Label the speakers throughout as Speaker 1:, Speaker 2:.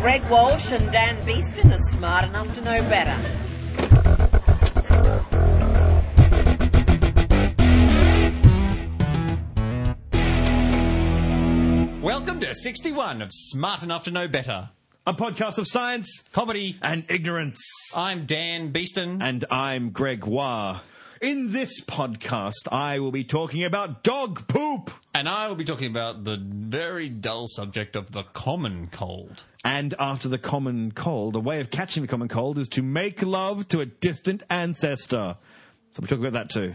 Speaker 1: Greg Walsh and Dan Beeston are smart enough to know better.
Speaker 2: Welcome to 61 of Smart Enough to Know Better.
Speaker 3: A podcast of science
Speaker 2: Comedy.
Speaker 3: and ignorance.
Speaker 2: I'm Dan Beeston.
Speaker 3: And I'm Greg Wah. In this podcast, I will be talking about dog poop.
Speaker 2: And I will be talking about the very dull subject of the common cold.
Speaker 3: And after the common cold, a way of catching the common cold is to make love to a distant ancestor. So we're talking about that too.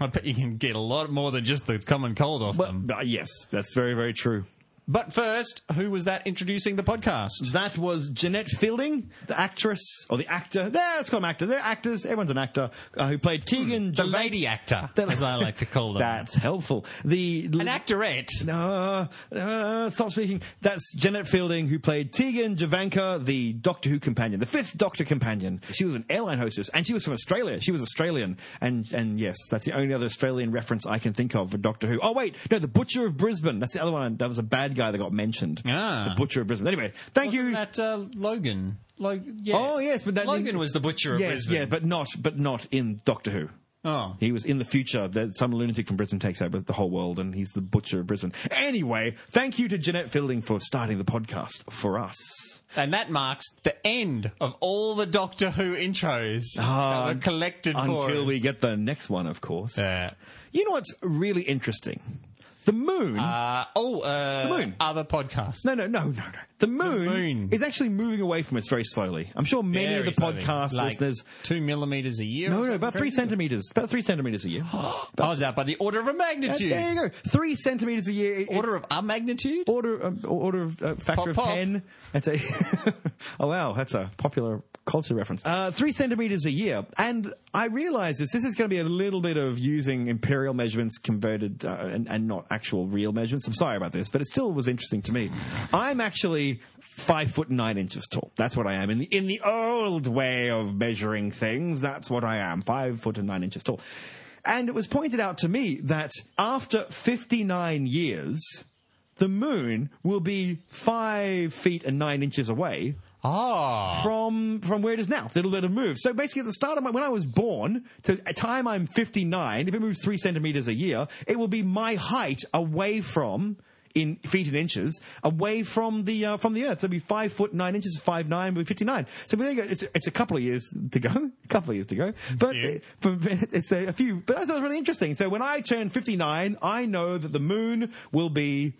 Speaker 2: I bet you can get a lot more than just the common cold off
Speaker 3: Well,
Speaker 2: them.
Speaker 3: uh, yes, that's very, very true.
Speaker 2: But first, who was that introducing the podcast?
Speaker 3: That was Jeanette Fielding, the actress, or the actor. There, let's call them actor. They're actors. Everyone's an actor uh, who played Tegan.
Speaker 2: Mm. The
Speaker 3: Gervais-
Speaker 2: lady actor, as I like to call them.
Speaker 3: That's helpful. The
Speaker 2: An actorette.
Speaker 3: No, uh, stop speaking. That's Janet Fielding, who played Tegan Javanka, the Doctor Who companion, the fifth Doctor companion. She was an airline hostess, and she was from Australia. She was Australian, and and yes, that's the only other Australian reference I can think of for Doctor Who. Oh wait, no, the Butcher of Brisbane. That's the other one. That was a bad guy that got mentioned.
Speaker 2: Ah.
Speaker 3: the Butcher of Brisbane. Anyway, thank you.
Speaker 2: Wasn't that uh, Logan? Log- yeah.
Speaker 3: Oh yes, but that
Speaker 2: Logan was the butcher of
Speaker 3: yes,
Speaker 2: Brisbane.
Speaker 3: Yeah, but not but not in Doctor Who.
Speaker 2: Oh.
Speaker 3: He was in the future that some lunatic from Brisbane takes over the whole world and he's the butcher of Brisbane. Anyway, thank you to Jeanette Fielding for starting the podcast for us.
Speaker 2: And that marks the end of all the Doctor Who intros that were collected for
Speaker 3: Ah, Until
Speaker 2: us.
Speaker 3: we get the next one, of course.
Speaker 2: Yeah.
Speaker 3: You know what's really interesting? The moon.
Speaker 2: Uh, oh, uh,
Speaker 3: The moon.
Speaker 2: other podcasts.
Speaker 3: no, no, no, no, no. The moon,
Speaker 2: moon.
Speaker 3: is actually moving away from us very slowly. I'm sure many
Speaker 2: Very
Speaker 3: of the
Speaker 2: slowly.
Speaker 3: podcast
Speaker 2: Like
Speaker 3: listeners.
Speaker 2: two millimeters a year. or
Speaker 3: No, no,
Speaker 2: something
Speaker 3: about three
Speaker 2: crazy? Oh,
Speaker 3: centimeters. About three centimeters a year.
Speaker 2: I was out by the order of a
Speaker 3: Uh,
Speaker 2: magnitude.
Speaker 3: there you go. Three centimeters a year. It- it-
Speaker 2: Order of a magnitude.
Speaker 3: order um, order of uh, factor
Speaker 2: Pop,
Speaker 3: of
Speaker 2: pop.
Speaker 3: ten. That's a oh wow, that's a popular culture reference. Uh, three centimeters a year, and I realise this. This is going to be a little bit of using imperial measurements converted uh, and, and not actual real measurements. I'm sorry about this, but it still was interesting to me. I'm actually five foot nine inches tall. That's what I am in the in the old way of measuring things. That's what I am. Five foot and nine inches tall. And it was pointed out to me that after 59 years, the moon will be five feet and nine inches away
Speaker 2: Ah,
Speaker 3: from from where it is now. It'll let it move. So basically, at the start of my when I was born to a time I'm 59, if it moves three centimeters a year, it will be my height away from. In feet and inches, away from the uh, from the Earth, so it'll be five foot nine inches, five nine, be fifty nine. So we think it's it's a couple of years to go, a couple of years to go, but, uh,
Speaker 2: Yeah.
Speaker 3: but it's a, a few. But I thought it was really interesting. So when I turn fifty nine, I know that the moon will be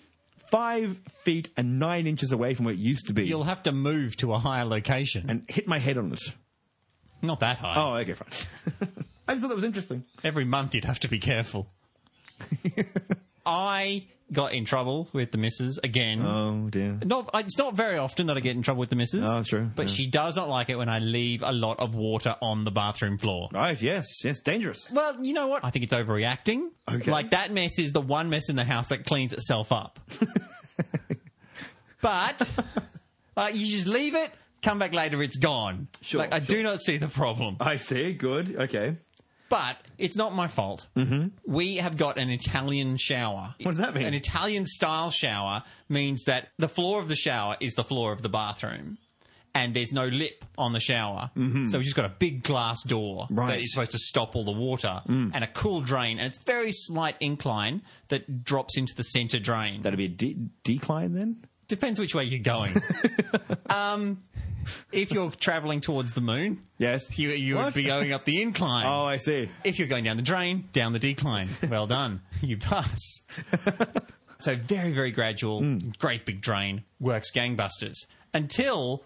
Speaker 3: five feet and nine inches away from where it used to be
Speaker 2: you'll have to move to a higher location.
Speaker 3: and hit my head on it.
Speaker 2: Not that high.
Speaker 3: Oh, okay, fine. I just thought that was interesting.
Speaker 2: Every month you'd have to be careful. I got in trouble with the missus again.
Speaker 3: Oh dear.
Speaker 2: not, it's not very often that I get in trouble with the missus.
Speaker 3: Oh, true,
Speaker 2: But
Speaker 3: yeah.
Speaker 2: she does not like it when I leave a lot of water on the bathroom floor.
Speaker 3: Right? Yes. Yes. Dangerous.
Speaker 2: Well, you know what? I think it's overreacting.
Speaker 3: Okay.
Speaker 2: Like that mess is the one mess in the house that cleans itself up. but uh, you just leave it. Come back later, it's gone.
Speaker 3: Sure,
Speaker 2: Like, I do not see the problem.
Speaker 3: I see. Good. Okay.
Speaker 2: But it's not my fault. Mm-hmm. We have got an Italian shower.
Speaker 3: What does that mean?
Speaker 2: An Italian style shower means that the floor of the shower is the floor of the bathroom. And there's no lip on the shower. So we've just got a big glass door that
Speaker 3: Mm-hmm. Right. Mm.
Speaker 2: is supposed to stop all the water and a cool drain. And it's very slight incline that drops into the center drain.
Speaker 3: That'd be a de- decline then.
Speaker 2: Depends which way you're going. um, if you're traveling towards the moon,
Speaker 3: Yes.
Speaker 2: you, you would
Speaker 3: What?
Speaker 2: be going up the incline.
Speaker 3: Oh, I see.
Speaker 2: If you're going down the drain, down the decline. Well done. You pass. so very, very gradual,
Speaker 3: Mm.
Speaker 2: great big drain, works gangbusters. Until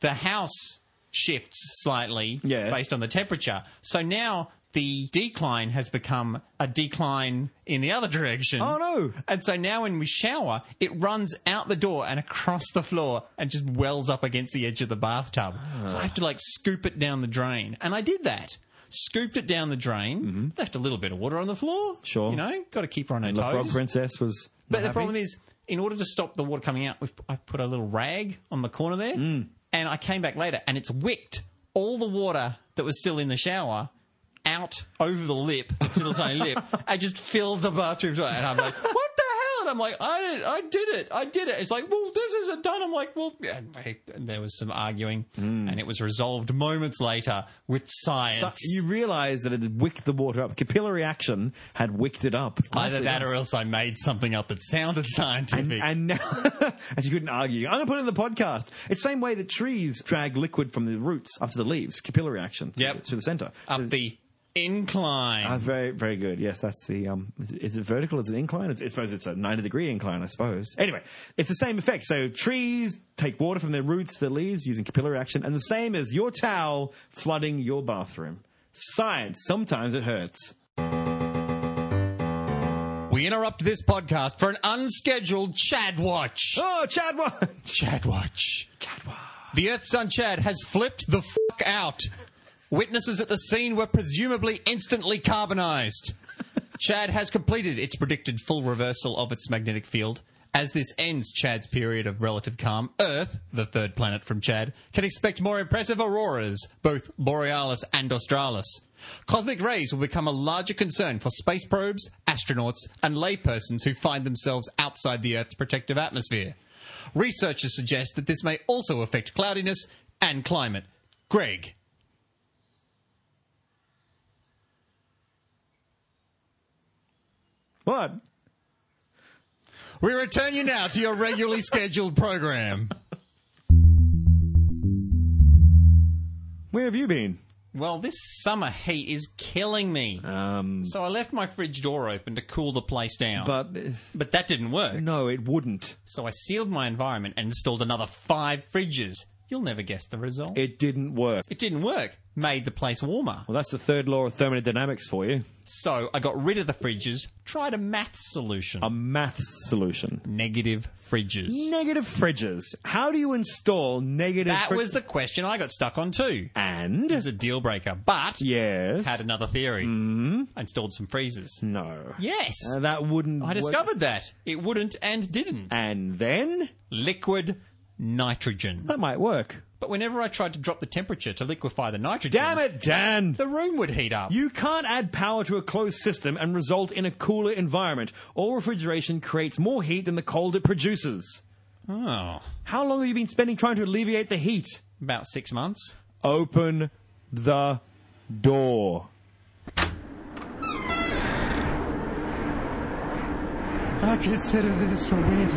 Speaker 2: the house shifts slightly
Speaker 3: Yes.
Speaker 2: based on the temperature. So now the decline has become a decline in the other direction.
Speaker 3: Oh, no.
Speaker 2: And so now when we shower, it runs out the door and across the floor and just wells up against the edge of the bathtub. So I have to like scoop it down the drain. And I did that. Scooped it down the drain, left a little bit of water on the floor.
Speaker 3: Mm-hmm. Sure.
Speaker 2: You know, got to keep her on her
Speaker 3: And the
Speaker 2: toes.
Speaker 3: frog princess was.
Speaker 2: but
Speaker 3: not
Speaker 2: the
Speaker 3: happy.
Speaker 2: problem is, in order to stop the water coming out, we've, I put a little rag on the corner there.
Speaker 3: Mm.
Speaker 2: And I came back later and it's wicked all the water that was still in the shower out over the lip, its little tiny lip, and just filled the bathroom toilet. And I'm like, what the hell? out. I'm like, I did, I did it. I did it. It's like, well, this isn't done. I'm like, well, and they- and there was some arguing
Speaker 3: Mm.
Speaker 2: and it was resolved moments later with science.
Speaker 3: So you realise that it had wicked the water up. Capillary action had wicked it up.
Speaker 2: Either
Speaker 3: Nicely
Speaker 2: that
Speaker 3: done.
Speaker 2: or else I made something up that sounded
Speaker 3: and,
Speaker 2: scientific.
Speaker 3: and now, and you couldn't argue. I'm going to put it in the podcast. It's the same way that trees drag liquid from the roots up to the leaves, capillary action through,
Speaker 2: Yep. Uh,
Speaker 3: the- through the center.
Speaker 2: up the incline.
Speaker 3: Ah, very, very good. Yes, that's the. Um, is, is it vertical? Is it incline? It's, I suppose it's a ninety degree incline. I suppose. Anyway, it's the same effect. So trees take water from their roots, their leaves, using capillary action, and the same as your towel flooding your bathroom. Science. Sometimes it hurts.
Speaker 2: we interrupt this podcast for an unscheduled Chad Watch.
Speaker 3: Oh, Chad, what?
Speaker 2: Chad Watch. The Earth's Sun Chad has flipped the fuck out. Witnesses at the scene were presumably instantly carbonized. Chad has completed its predicted full reversal of its magnetic field. As this ends Chad's period of relative calm, Earth, the third planet from Chad, can expect more impressive auroras, both borealis and australis. Cosmic rays will become a larger concern for space probes, astronauts, and laypersons who find themselves outside the Earth's protective atmosphere. Researchers suggest that this may also affect cloudiness and climate. Greg.
Speaker 3: What?
Speaker 2: We return you now to your regularly scheduled program.
Speaker 3: Where have you been?
Speaker 2: Well, this summer heat is killing me.
Speaker 3: Um,
Speaker 2: so I left my fridge door open to cool the place down.
Speaker 3: but
Speaker 2: But that didn't work.
Speaker 3: no, it wouldn't.
Speaker 2: So I sealed my environment and installed another five fridges. You'll never guess the result.
Speaker 3: It didn't work.
Speaker 2: It didn't work. Made the place warmer.
Speaker 3: Well, that's the third law of thermodynamics for you.
Speaker 2: So I got rid of the fridges, tried a math solution.
Speaker 3: A math solution.
Speaker 2: Negative fridges.
Speaker 3: Negative fridges. How do you install negative
Speaker 2: That
Speaker 3: frid-
Speaker 2: was the question I got stuck on too. It
Speaker 3: And?
Speaker 2: was a deal breaker, but
Speaker 3: Yes.
Speaker 2: had another theory. Mm-hmm. I installed some freezers.
Speaker 3: no.
Speaker 2: Yes,
Speaker 3: Uh, that wouldn't
Speaker 2: I
Speaker 3: work.
Speaker 2: discovered that it wouldn't and didn't.
Speaker 3: And then?
Speaker 2: Liquid nitrogen.
Speaker 3: That might work.
Speaker 2: But whenever I tried to drop the temperature to liquefy the nitrogen,
Speaker 3: Damn it, Dan!
Speaker 2: the room would heat up.
Speaker 3: You can't add power to a closed system and result in a cooler environment. All refrigeration creates more heat than the cold it produces.
Speaker 2: oh,
Speaker 3: How long have you been spending trying to alleviate the heat?
Speaker 2: about six months.
Speaker 3: Open the door.
Speaker 2: I consider this a win.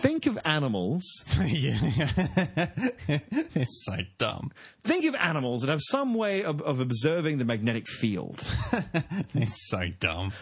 Speaker 3: Think of animals.
Speaker 2: it's so dumb.
Speaker 3: Think of animals that have some way of, of observing the magnetic field.
Speaker 2: It's so dumb.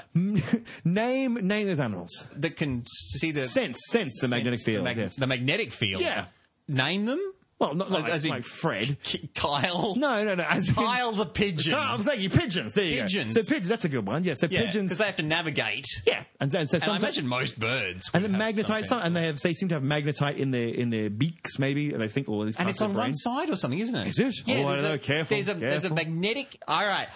Speaker 3: name name those animals.
Speaker 2: That can see the
Speaker 3: Sense sense the magnetic
Speaker 2: the
Speaker 3: field.
Speaker 2: mag-
Speaker 3: yes.
Speaker 2: the magnetic field.
Speaker 3: Yeah.
Speaker 2: Name them.
Speaker 3: Well, not, not
Speaker 2: As-
Speaker 3: like,
Speaker 2: Oh, as in-
Speaker 3: like Fred.
Speaker 2: K- Kyle.
Speaker 3: No, no, no. As in-
Speaker 2: Kyle the pigeon.
Speaker 3: No, I'm saying pigeons. There you
Speaker 2: Pigeons.
Speaker 3: go. So pigeons. That's a good one. Yeah. So
Speaker 2: yeah,
Speaker 3: pigeons.
Speaker 2: because they have to navigate.
Speaker 3: yeah. And, and
Speaker 2: And
Speaker 3: so
Speaker 2: I
Speaker 3: sometimes.
Speaker 2: imagine most birds.
Speaker 3: and
Speaker 2: would
Speaker 3: the
Speaker 2: have
Speaker 3: magnetite,
Speaker 2: something.
Speaker 3: some, and they have, they seem to have magnetite in their in their beaks, maybe, and I think all these.
Speaker 2: And
Speaker 3: parts
Speaker 2: it's
Speaker 3: of
Speaker 2: on
Speaker 3: the brain.
Speaker 2: one side or something, isn't it?
Speaker 3: Is it?
Speaker 2: Yeah, there's
Speaker 3: Oh, I don't
Speaker 2: a-
Speaker 3: know. Careful,
Speaker 2: There's a there's a
Speaker 3: careful.
Speaker 2: magnetic. All right,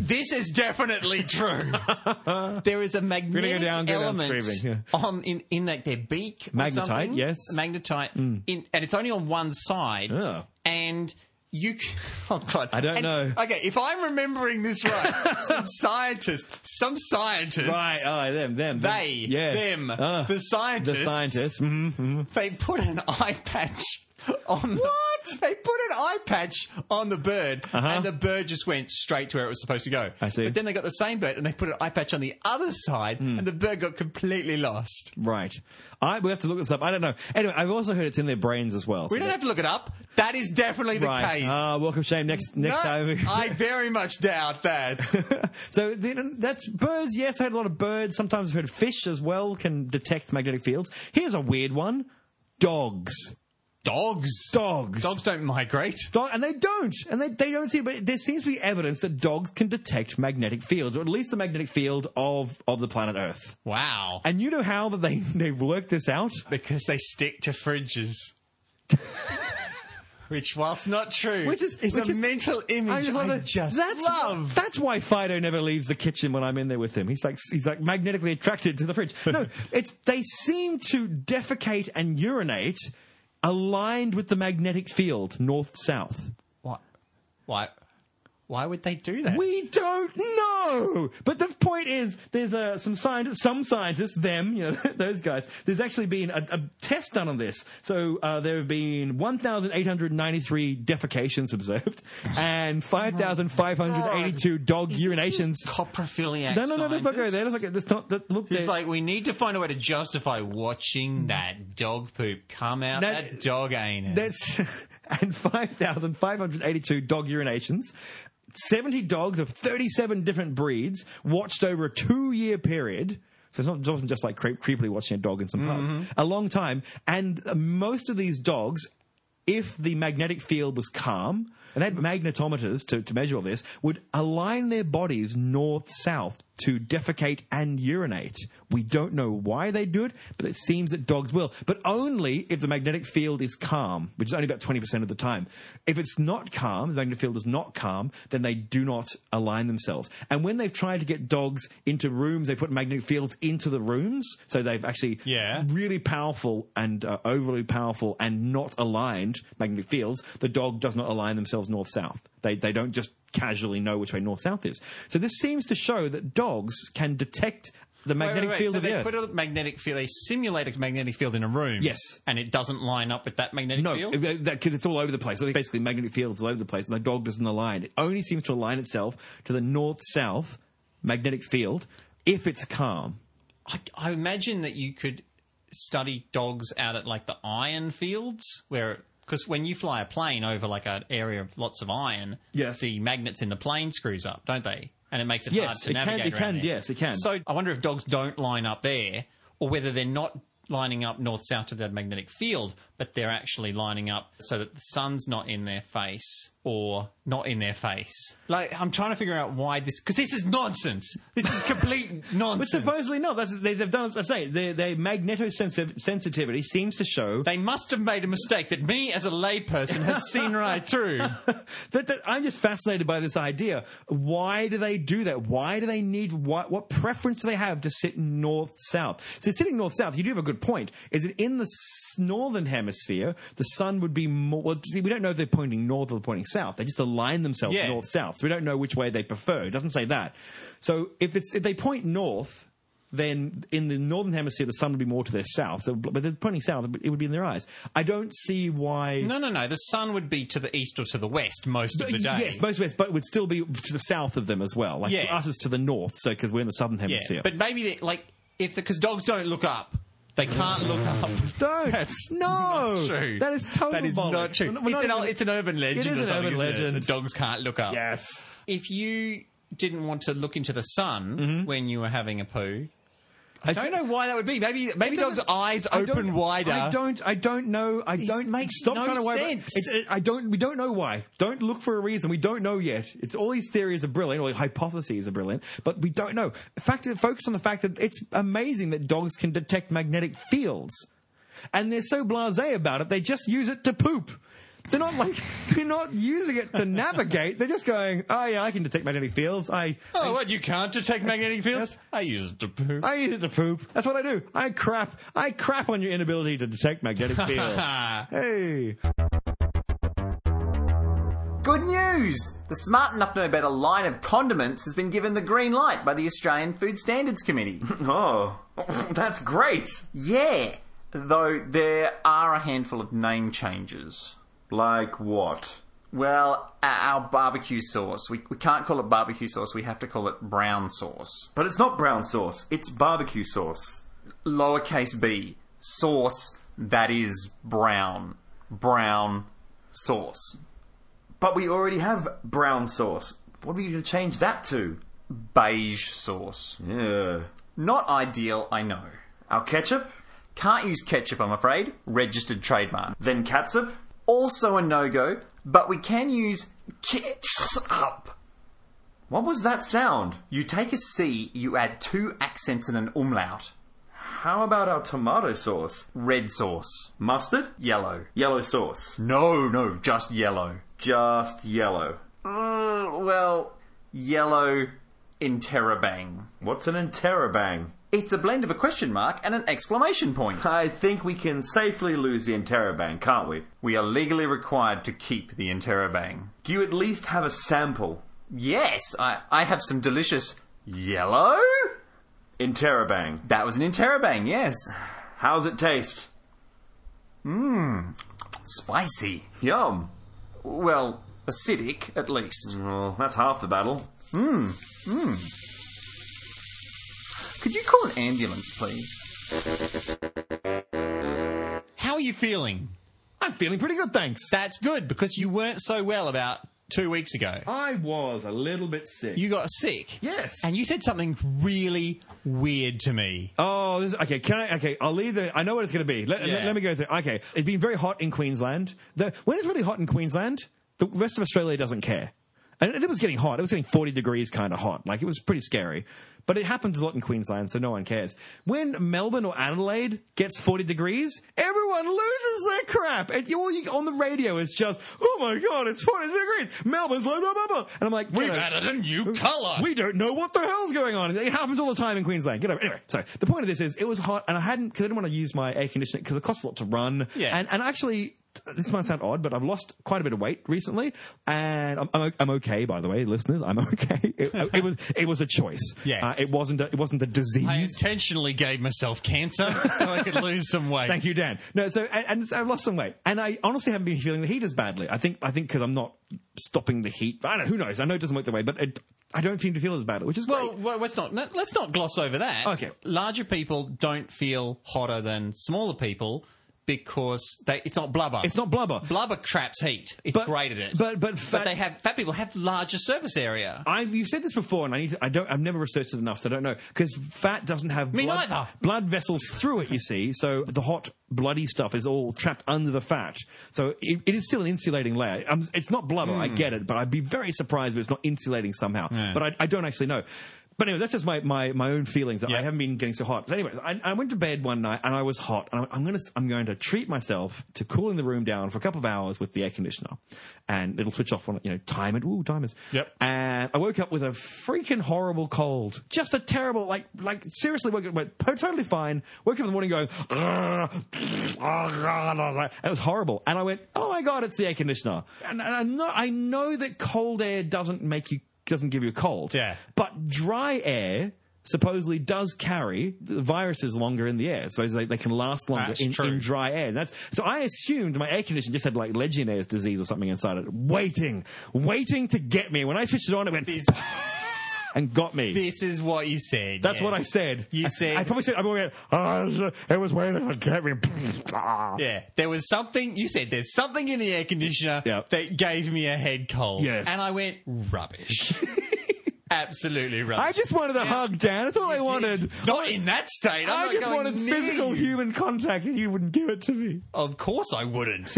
Speaker 2: this is definitely true. there is a magnetic
Speaker 3: down, go down
Speaker 2: element
Speaker 3: screaming,
Speaker 2: on in in like their beak. or
Speaker 3: Magnetite,
Speaker 2: something.
Speaker 3: yes. Mm.
Speaker 2: magnetite. In and it's only on one side.
Speaker 3: Oh.
Speaker 2: And. You, c- oh god! I
Speaker 3: don't know.
Speaker 2: Okay, if I'm remembering this right, some scientists, some scientists,
Speaker 3: Right. Oh, them, them, them.
Speaker 2: they,
Speaker 3: Yes.
Speaker 2: them,
Speaker 3: Ah,
Speaker 2: the scientists,
Speaker 3: the scientists. Mhm, mhm.
Speaker 2: they put an eye patch on what? They put an eye patch on the bird, and the bird just went straight to where it was supposed to go.
Speaker 3: Uh-huh. I see. Hmm.
Speaker 2: But then they got the same bird, and they put an eye patch on the other side, and the bird got completely lost.
Speaker 3: Right. I we have to look this up. I don't know. Anyway, I've also heard it's in their brains as well.
Speaker 2: We don't have to look it up. That is definitely the
Speaker 3: right.
Speaker 2: case.
Speaker 3: Ah, welcome shame. Next next
Speaker 2: no,
Speaker 3: time.
Speaker 2: I very much doubt that.
Speaker 3: so then that's birds. Yes, I heard a lot of birds. Sometimes I've heard fish as well can detect magnetic fields. Here's a weird one: dogs.
Speaker 2: Dogs.
Speaker 3: Dogs.
Speaker 2: Dogs don't migrate.
Speaker 3: Dog, and they don't, and they, they don't see it. But there seems to be evidence that dogs can detect magnetic fields, or at least the magnetic field of of the planet Earth.
Speaker 2: Wow.
Speaker 3: And you know how that they they've worked this out.
Speaker 2: because they stick to fridges. Which, whilst not true,
Speaker 3: Which is-
Speaker 2: it's
Speaker 3: which
Speaker 2: a
Speaker 3: is-
Speaker 2: mental image I just,
Speaker 3: it. that's
Speaker 2: love.
Speaker 3: That's why Fido never leaves the kitchen when I'm in there with him. He's like he's like magnetically attracted to the fridge. No, it's they seem to defecate and urinate aligned with the magnetic field north south.
Speaker 2: What? What?
Speaker 4: Why would they do that?
Speaker 3: We don't know. But the point is, there's uh, some scientists, some scientists, them, you know, those guys. There's actually been a, a test done on this. So uh, there have been 1,893 defecations observed,
Speaker 4: Oh
Speaker 3: and 5,582 dog urinations.
Speaker 4: Coprophiliac.
Speaker 3: No, no, no, let's not go
Speaker 4: scientists?
Speaker 3: there. Let's not go. That's not. That, look,
Speaker 4: It's
Speaker 3: there-
Speaker 4: like we need to find a way to justify watching that dog poop come out
Speaker 3: Hmm. That-
Speaker 4: that, dog anus.
Speaker 3: That's and five thousand five hundred eighty-two dog urinations. 70 dogs of 37 different breeds watched over a two year period. So it's not, it wasn't just like creep, creepily watching a dog in some pub. A long time. And uh, most of these dogs, if the magnetic field was calm, and they had magnetometers to, to measure all this, would align their bodies north south to defecate and urinate. We don't know why they do it, but it seems that dogs will. But only if the magnetic field is calm, which is only about 20% of the time. If it's not calm, the magnetic field is not calm, then they do not align themselves. And when they've tried to get dogs into rooms, they put magnetic fields into the rooms. So they've actually
Speaker 4: Yeah.
Speaker 3: really powerful and uh, overly powerful and not aligned magnetic fields, the dog does not align themselves north south. They, they don't just casually know which way north south is. So this seems to show that dogs can detect the
Speaker 4: Wait,
Speaker 3: magnetic
Speaker 4: wait, wait.
Speaker 3: field
Speaker 4: so
Speaker 3: of the
Speaker 4: they
Speaker 3: earth.
Speaker 4: put a magnetic field, they simulate a magnetic field in a room.
Speaker 3: Yes.
Speaker 4: And it doesn't line up with that magnetic
Speaker 3: no,
Speaker 4: field?
Speaker 3: because it's all over the place. So basically, magnetic fields all over the place, and the dog doesn't align. It only seems to align itself to the north-south magnetic field if it's calm.
Speaker 4: I, I imagine that you could study dogs out at like the iron fields where because when you fly a plane over like an area of lots of iron
Speaker 3: Yes.
Speaker 4: the magnets in the plane screws up don't they and it makes it
Speaker 3: Yes,
Speaker 4: hard to
Speaker 3: it can-
Speaker 4: navigate
Speaker 3: it
Speaker 4: around
Speaker 3: can,
Speaker 4: there.
Speaker 3: yes, it can.
Speaker 4: so i wonder if dogs don't line up there or whether they're not lining up north south to the magnetic field but they're actually lining up so that the sun's not in their face or not in their face like i'm trying to figure out why this because this is nonsense this is complete
Speaker 3: But
Speaker 4: nonsense
Speaker 3: supposedly not. That's, they- they've done. I say their, their magnetosensitivity seems to show
Speaker 4: They must have made a mistake that me, as a layperson, has seen right through.
Speaker 3: that, that I'm just fascinated by this idea. Why do they do that? Why do they need what? What preference do they have to sit north south? So sitting north south, you do have a good point. Is that in the s- northern hemisphere, the sun would be more. Well, see, we don't know if they're pointing north or pointing south. They just align themselves
Speaker 4: Yeah.
Speaker 3: north south. So we don't know which way they prefer. It doesn't say that. So if it's if they point north. Then in the northern hemisphere, the sun would be more to their south. So, but they're pointing south; it would be in their eyes. I don't see why.
Speaker 4: No, no, no. The sun would be to the east or to the west most of the day.
Speaker 3: Yes, most west, but it would still be to the south of them as well. Like
Speaker 4: Yeah.
Speaker 3: to us, it's to the north, so because we're in the southern
Speaker 4: yeah.
Speaker 3: hemisphere.
Speaker 4: But maybe, they, like, if because dogs don't look up, they can't look up.
Speaker 3: don't. no, that is total
Speaker 4: That is
Speaker 3: bollocks.
Speaker 4: not true.
Speaker 3: We're
Speaker 4: It's,
Speaker 3: we're
Speaker 4: an,
Speaker 3: not
Speaker 4: ol-
Speaker 3: even-
Speaker 4: it's an urban
Speaker 3: It
Speaker 4: legend.
Speaker 3: is
Speaker 4: or
Speaker 3: an
Speaker 4: something,
Speaker 3: urban
Speaker 4: isn't it?
Speaker 3: legend.
Speaker 4: that dogs can't look up.
Speaker 3: yes.
Speaker 4: If you didn't want to look into the sun
Speaker 3: Mm-hmm.
Speaker 4: when you were having a poo. I
Speaker 3: It's-
Speaker 4: don't know why that would be. Maybe maybe
Speaker 3: It doesn't-
Speaker 4: dogs' eyes
Speaker 3: I don't-
Speaker 4: open wider.
Speaker 3: I don't. I don't know. I don't.
Speaker 4: makes
Speaker 3: stop
Speaker 4: no
Speaker 3: trying to worry about-
Speaker 4: sense.
Speaker 3: It's- it- I don't. We don't know why. Don't look for a reason. We don't know yet. It's all these theories are brilliant. All the hypotheses are brilliant, but we don't know. The Fact. Focus on the fact that it's amazing that dogs can detect magnetic fields, and they're so blasé about it. They just use it to poop. They're not like they're not using it to navigate. They're just going, oh yeah, I can detect magnetic fields. I
Speaker 4: Oh, what? You can't detect magnetic fields?
Speaker 3: Yes.
Speaker 4: I use it to poop.
Speaker 3: I use it to poop. That's what I do. I crap. I crap on your inability to detect magnetic fields. hey.
Speaker 2: Good news! The Smart Enough to Know Better line of condiments has been given the green light by the Australian Food Standards Committee. oh, that's great! Yeah, though there are a handful of name changes.
Speaker 5: Like what?
Speaker 2: Well, o- our barbecue sauce. We, we can't call it barbecue sauce, we have to call it brown sauce.
Speaker 5: But it's not brown sauce, it's barbecue sauce.
Speaker 2: Lowercase b, sauce that is brown. Brown sauce.
Speaker 5: But we already have brown sauce. What are we going to change that to?
Speaker 2: Beige sauce.
Speaker 5: Yeah.
Speaker 2: Not ideal, I know.
Speaker 5: Our ketchup?
Speaker 2: Can't use ketchup, I'm afraid. Registered trademark.
Speaker 5: Then catsup?
Speaker 2: also a no go, but we can use kits up.
Speaker 5: What was that sound?
Speaker 2: You take a C, you add two accents and an umlaut.
Speaker 5: How about our tomato sauce?
Speaker 2: Red sauce.
Speaker 5: Mustard?
Speaker 2: Yellow.
Speaker 5: Yellow sauce.
Speaker 2: No, no, just yellow.
Speaker 5: Just yellow.
Speaker 2: Mm, well, yellow interrobang.
Speaker 5: What's an interrobang?
Speaker 2: It's a blend of a question mark and an exclamation point.
Speaker 5: I think we can safely lose the interrobang, can't we?
Speaker 2: We are legally required to keep the interrobang.
Speaker 5: Do you at least have a sample?
Speaker 2: Yes, I, I have some delicious yellow.
Speaker 5: Interrobang.
Speaker 2: That was an interrobang, yes.
Speaker 5: How's it taste?
Speaker 2: Hmm. Spicy.
Speaker 5: Yum.
Speaker 2: Well, acidic, at least. Hmm.
Speaker 5: Well, that's half the battle.
Speaker 2: Could you call an ambulance, please?
Speaker 4: How are you feeling?
Speaker 3: I'm feeling pretty good, thanks.
Speaker 4: That's good because you weren't so well about two weeks ago.
Speaker 2: Oh.
Speaker 3: I was a little bit sick.
Speaker 4: You got sick.
Speaker 3: Yes.
Speaker 4: And you said something really weird to me.
Speaker 3: Oh, this, okay. Can I? Okay, I'll leave the. I know what it's going to be. Let, let-
Speaker 4: Yeah.
Speaker 3: let me go through. Okay, it's been very hot in Queensland. The, when it's really hot in Queensland, the rest of Australia doesn't care. And it was getting hot. It was getting forty degrees, kind of hot. Like it was pretty scary. But it happens a lot in Queensland, so no one cares. When Melbourne or Adelaide gets forty degrees, everyone loses their crap. And you, all you on the radio is just, "Oh my god, it's forty degrees! Melbourne's blah blah blah blah." And I'm like, "Get over-
Speaker 4: a new colour.
Speaker 3: we don't know what the hell's going on. It happens all the time in Queensland. Get over it. Anyway, so the point of this is it was hot and I hadn't, because I didn't want to use my air conditioning because it costs a lot to run.
Speaker 4: Yeah.
Speaker 3: And, and actually, this might sound odd, but I've lost quite a bit of weight recently and I'm, I'm, o- I'm okay, by the way, listeners. I'm okay. It, it was, it was a choice.
Speaker 4: Yes.
Speaker 3: Uh, it wasn't, a, it wasn't a disease.
Speaker 4: I intentionally gave myself cancer so I could lose some weight.
Speaker 3: Thank you, Dan. No, so and, and so I've lost some weight, and I honestly haven't been feeling the heat as badly. I think I think because I'm not stopping the heat. I don't. Who knows? I know it doesn't work the way, but it, I don't seem to feel as badly, which is
Speaker 4: Well,
Speaker 3: great.
Speaker 4: well, let's not let- let's not gloss over that.
Speaker 3: Okay.
Speaker 4: larger people don't feel hotter than smaller people because they, it's not blubber.
Speaker 3: It's not blubber.
Speaker 4: Blubber traps heat. It's
Speaker 3: But-
Speaker 4: great at it.
Speaker 3: but- but fat-
Speaker 4: they have fat people have larger surface area.
Speaker 3: I, you've said this before, and I need to, I don't. I've never researched it enough, so I don't know. Because fat doesn't have
Speaker 4: Me
Speaker 3: blood,
Speaker 4: neither.
Speaker 3: blood vessels through it. You see, so the hot bloody stuff is all trapped under the fat. So it, it is still an insulating layer. Um it's not blubber,
Speaker 4: Hmm.
Speaker 3: I get it, but I'd be very surprised if it's not insulating somehow. But I, I don't actually know. But anyway, that's just my, my, my own feelings. that I
Speaker 4: Yeah.
Speaker 3: haven't been getting so hot. So anyway, I, I went to bed one night and I was hot, and I went, I'm going to I'm going to treat myself to cooling the room down for a couple of hours with the air conditioner, and it'll switch off on you know time it. Ooh, timers.
Speaker 4: Yep.
Speaker 3: And I woke up with a freaking horrible cold. Just a terrible, like, like seriously, woke up, went totally fine. Woke up in the morning going, and it was horrible. And I went, oh my god, it's the air conditioner. And, and I know, I know that cold air doesn't make you, doesn't give you a cold.
Speaker 4: Yeah.
Speaker 3: But dry air supposedly does carry the viruses longer in the air. So they, they can last longer
Speaker 4: That's
Speaker 3: in,
Speaker 4: true.
Speaker 3: in dry air. And that's so I assumed my air conditioner just had like Legionnaire's disease or something inside it, waiting, waiting to get me. When I switched it on, it went
Speaker 4: This,
Speaker 3: and got me.
Speaker 4: this is what you said.
Speaker 3: that's
Speaker 4: yeah.
Speaker 3: what I said.
Speaker 4: You
Speaker 3: I-
Speaker 4: said-
Speaker 3: I probably said. I probably went. "Ah, it was waiting to get me.
Speaker 4: Yeah, there was something you said. There's something in the air conditioner
Speaker 3: Yep.
Speaker 4: that gave me a head cold.
Speaker 3: Yes.
Speaker 4: and I went rubbish. Absolutely rubbish.
Speaker 3: I just wanted a hug, Dan. That's all I wanted.
Speaker 4: Not in that state. I'm
Speaker 3: I
Speaker 4: not
Speaker 3: just
Speaker 4: going
Speaker 3: wanted
Speaker 4: near
Speaker 3: physical
Speaker 4: you.
Speaker 3: human contact, and you wouldn't give it to me.
Speaker 4: Of course, I wouldn't.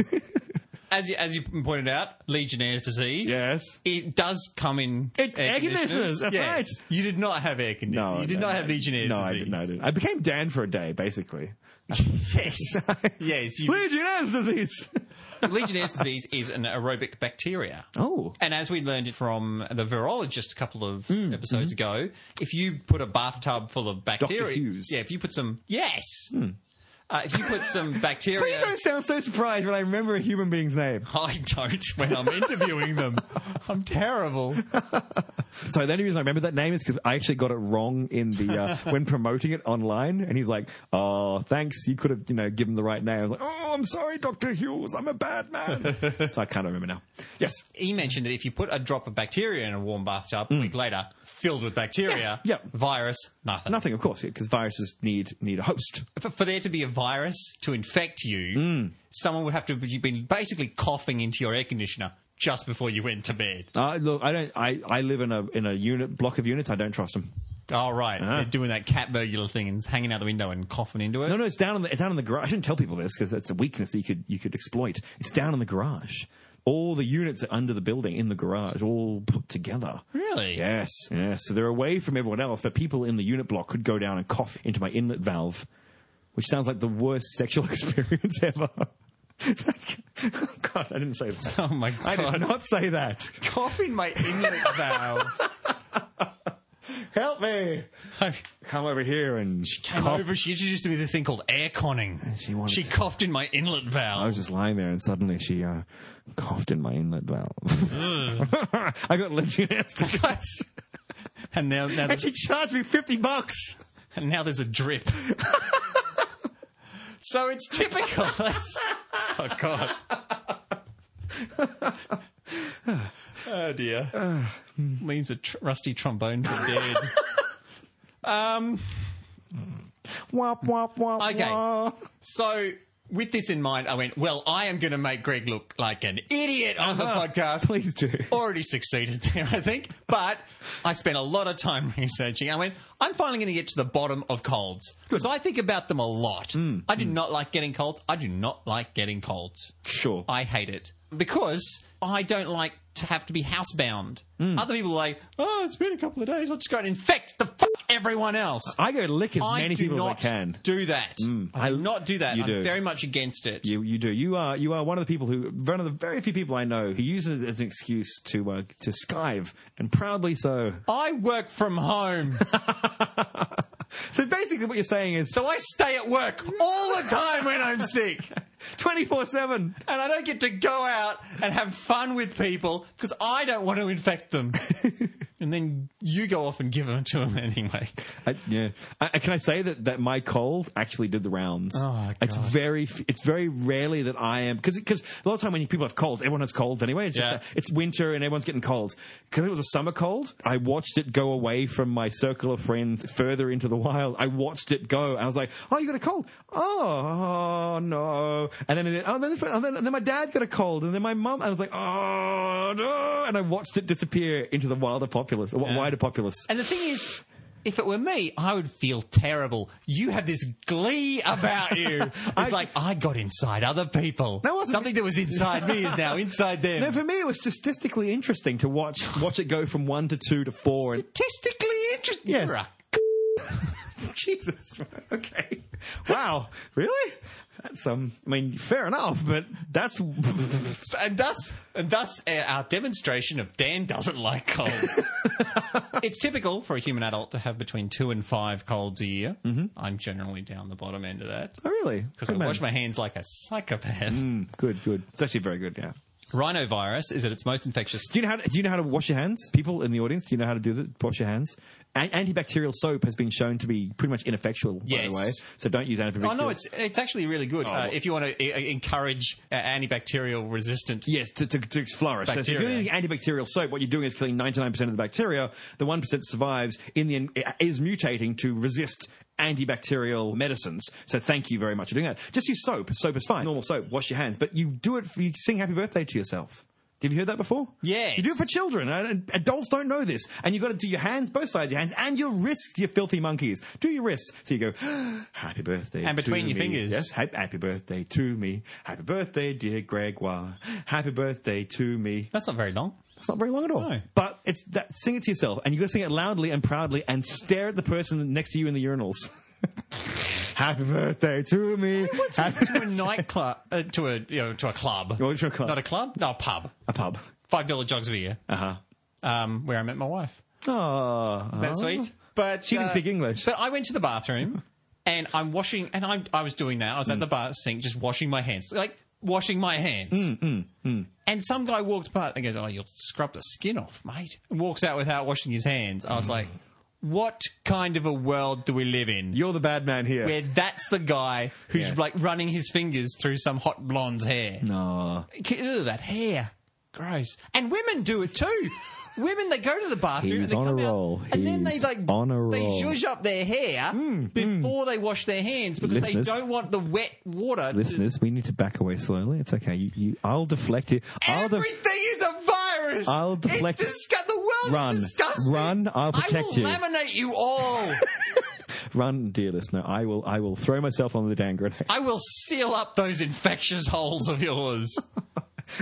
Speaker 4: as you, as you pointed out, Legionnaire's disease.
Speaker 3: Yes.
Speaker 4: It does come in
Speaker 3: It- air conditioners, that's
Speaker 4: Yeah.
Speaker 3: right.
Speaker 4: You did not have air conditioners.
Speaker 3: No,
Speaker 4: you did
Speaker 3: no,
Speaker 4: not have
Speaker 3: no.
Speaker 4: Legionnaire's
Speaker 3: No, I
Speaker 4: disease.
Speaker 3: didn't. I didn't. I became Dan for a day, basically.
Speaker 4: Yes, yes. You,
Speaker 3: Legionnaires disease.
Speaker 4: Legionnaire's disease is an aerobic bacteria.
Speaker 3: Oh.
Speaker 4: And as we learned from the virologist a couple of
Speaker 3: Hmm,
Speaker 4: episodes ago, if you put a bathtub full of bacteria,
Speaker 3: Hughes. Hmm.
Speaker 4: yeah, if you put some, yes, uh, if you put some bacteria,
Speaker 3: Please don't sound so surprised when I remember a human being's name.
Speaker 4: I don't when I'm interviewing them. I'm terrible.
Speaker 3: So the only reason I remember that name is because I actually got it wrong in the uh, when promoting it online, and he's like, "Oh, thanks, you could have you know given the right name." I was like, "Oh, I'm sorry, Doctor Hughes, I'm a bad man." so I can't remember now. Yes,
Speaker 4: He mentioned that if you put a drop of bacteria in a warm bathtub, a week later, filled with bacteria,
Speaker 3: Mm. Yeah, yeah.
Speaker 4: virus, nothing.
Speaker 3: nothing, of course, because viruses need need a host.
Speaker 4: For, for there to be a virus to infect you,
Speaker 3: Mm.
Speaker 4: someone would have to have been basically coughing into your air conditioner just before you went to bed.
Speaker 3: Uh, look, I don't. I, I live in a in a unit block of units. I don't trust them.
Speaker 4: All right, They're doing that cat burglar thing and hanging out the window and coughing into it.
Speaker 3: Uh-huh. No, no, it's down in the it's down in the garage. I shouldn't tell people this because that's a weakness that you could you could exploit. It's down in the garage. All the units are under the building in the garage, all put together.
Speaker 4: Really?
Speaker 3: Yes, yes. So they're away from everyone else, but people in the unit block could go down and cough into my inlet valve, which sounds like the worst sexual experience ever. God, I didn't say that.
Speaker 4: Oh my
Speaker 3: I
Speaker 4: god!
Speaker 3: did not say that.
Speaker 4: cough in my inlet valve.
Speaker 3: help me.
Speaker 4: I
Speaker 3: Come over here and
Speaker 4: came
Speaker 3: cough.
Speaker 4: over. She introduced me to this thing called air conning.
Speaker 3: she wanted to- Oh,
Speaker 4: coughed in my inlet
Speaker 3: I
Speaker 4: valve.
Speaker 3: was just lying there, and suddenly she uh, coughed in my inlet valve. I got legionnaires,
Speaker 4: and now, now
Speaker 3: and
Speaker 4: there's,
Speaker 3: she charged me fifty bucks.
Speaker 4: and now there's a drip. so it's typical. That's, oh god. oh dear. Leaves a tr- rusty trombone for dead. um.
Speaker 3: Womp womp womp.
Speaker 4: Okay.
Speaker 3: womp.
Speaker 4: So, with this in mind, I went, well, I am going to make Greg look like an idiot on the podcast.
Speaker 3: please do.
Speaker 4: Already succeeded there, I think. But I spent a lot of time researching. I went, I'm finally going to get to the bottom of colds. Because I think about them a lot.
Speaker 3: Hmm.
Speaker 4: I do not like getting colds. I do not like getting colds.
Speaker 3: Sure.
Speaker 4: I hate it because I don't like to have to be housebound.
Speaker 3: Hmm.
Speaker 4: Other people are like, oh, it's been a couple of days. I'll just go and infect the f- everyone else.
Speaker 3: I go lick as
Speaker 4: I
Speaker 3: many
Speaker 4: do
Speaker 3: people
Speaker 4: not
Speaker 3: as I can. Hmm.
Speaker 4: do that. I do not do that.
Speaker 3: You
Speaker 4: I'm
Speaker 3: do.
Speaker 4: very much against it.
Speaker 3: You you do. You are you are one of the people who one of the very few people I know who uses it as an excuse to uh, to skive and proudly so.
Speaker 4: I work from home,
Speaker 3: So basically, what you're saying is
Speaker 4: so I stay at work all the time when I'm sick,
Speaker 3: twenty four seven.
Speaker 4: and I don't get to go out and have fun with people because I don't want to infect them. and then you go off and give them to them anyway.
Speaker 3: I, yeah. I, I- can I say that, that my cold actually did the rounds?
Speaker 4: Oh,
Speaker 3: It's
Speaker 4: God.
Speaker 3: very f- it's very rarely that I am because because a lot of time when you, people have colds, everyone has colds anyway. It's just
Speaker 4: Yeah.
Speaker 3: that it's winter and everyone's getting colds. Because it was a summer cold, I watched it go away from my circle of friends further into the wild. I watched it go. I was like, oh, you got a cold? Oh no! And then it- oh, then, this, and then, and then my dad got a cold, and then my mum. I was like, oh no! And I watched it disappear into the wilder populace, w wider populace.
Speaker 4: And the thing is. If it were me, I would feel terrible. You had this glee about you. It's
Speaker 3: I-
Speaker 4: like I got inside other people.
Speaker 3: That wasn't-
Speaker 4: something that was inside me is now inside them.
Speaker 3: No, for me, it was statistically interesting to watch watch it go from one to two to four. And,
Speaker 4: statistically interesting.
Speaker 3: Yes.
Speaker 4: You're a
Speaker 3: Jesus, okay, wow, really? That's um, I mean, fair enough, but that's oh,
Speaker 4: and thus and thus uh, our demonstration of Dan doesn't like colds. it's typical for a human adult to have between two and five colds a year. Mm-hmm. I'm generally down the bottom end of that
Speaker 3: oh, really
Speaker 4: because I
Speaker 3: Good man.
Speaker 4: wash my hands like a psychopath.
Speaker 3: Good, good. It's actually very good. Yeah.
Speaker 4: Rhinovirus is at its most infectious.
Speaker 3: Do you know how to, do you know how to wash your hands? People in the audience, do you know how to do that? Wash your hands. An- antibacterial soap has been shown to be pretty much ineffectual, by
Speaker 4: Yes.
Speaker 3: the way. So don't use antibacterial.
Speaker 4: Oh no, it's it's actually really good uh,
Speaker 3: well-
Speaker 4: if you want to uh, encourage uh, antibacterial resistant.
Speaker 3: Yes, to, to, to flourish. So if you're
Speaker 4: Bacteria.
Speaker 3: using antibacterial soap, what you're doing is killing 99% of the bacteria. The 1% survives in the end, uh, is mutating to resist antibacterial medicines. So thank you very much for doing that. Just use soap. Soap is fine. Normal soap. Wash your hands. But you do it, for, you sing happy birthday to yourself. Have you heard that before?
Speaker 4: Yes.
Speaker 3: You do it for children. and- and Adults don't know this. And you've got to do your hands, both sides of your hands, and your wrists, you filthy monkeys. Do your wrists. So you go, happy birthday.
Speaker 4: And
Speaker 3: to
Speaker 4: between your
Speaker 3: me."
Speaker 4: fingers.
Speaker 3: Yes. Happy, happy birthday to me. Happy birthday, dear Gregoire. Happy birthday to me.
Speaker 4: That's not very long.
Speaker 3: It's not very long at all.
Speaker 4: No.
Speaker 3: But it's that sing it to yourself, and you got to sing it loudly and proudly, and stare at the person next to you in the urinals. happy birthday to me. Happy-
Speaker 4: to a nightclub, uh, to a you know, to a club.
Speaker 3: Oh, to a club.
Speaker 4: not a club, no a pub.
Speaker 3: a pub.
Speaker 4: Five dollar jugs of beer.
Speaker 3: Uh huh.
Speaker 4: um, where I met my wife.
Speaker 3: Oh,
Speaker 4: That's sweet. But uh,
Speaker 3: She didn't speak English.
Speaker 4: But I went to the bathroom, and I'm washing, and I'm, I was doing that. I was
Speaker 3: Mm.
Speaker 4: at the bar sink, just washing my hands, like washing my hands.
Speaker 3: Mm,
Speaker 4: And some guy walks by and goes, "Oh, you'll scrub the skin off, mate," and walks out without washing his hands. I was
Speaker 3: Mm.
Speaker 4: like, "What kind of a world do we live in?"
Speaker 3: You're the bad man here.
Speaker 4: where that's the guy who's
Speaker 3: Yeah.
Speaker 4: like running his fingers through some hot blonde's hair.
Speaker 3: Aw.
Speaker 4: Ew, that hair. Gross. And women do it too. women, they go to the bathroom
Speaker 3: He's
Speaker 4: and they
Speaker 3: on
Speaker 4: come
Speaker 3: a
Speaker 4: out,
Speaker 3: roll.
Speaker 4: and then they
Speaker 3: He's
Speaker 4: like
Speaker 3: on a
Speaker 4: they
Speaker 3: roll. Hmm,
Speaker 4: zhuzh up their hair before they wash their hands because
Speaker 3: Listeners.
Speaker 4: they don't want the wet water. to-
Speaker 3: Listeners, we need to back away slowly. It's okay. You, you, I'll deflect it. I'll def-
Speaker 4: Everything is a virus.
Speaker 3: I'll
Speaker 4: It's
Speaker 3: deflect-
Speaker 4: disgu- the world
Speaker 3: Run.
Speaker 4: is disgusting.
Speaker 3: Run, I'll protect
Speaker 4: I will
Speaker 3: you.
Speaker 4: laminate you all.
Speaker 3: run, dear listener. I will. I will throw myself on the dang grenade.
Speaker 4: I will seal up those infectious holes of yours.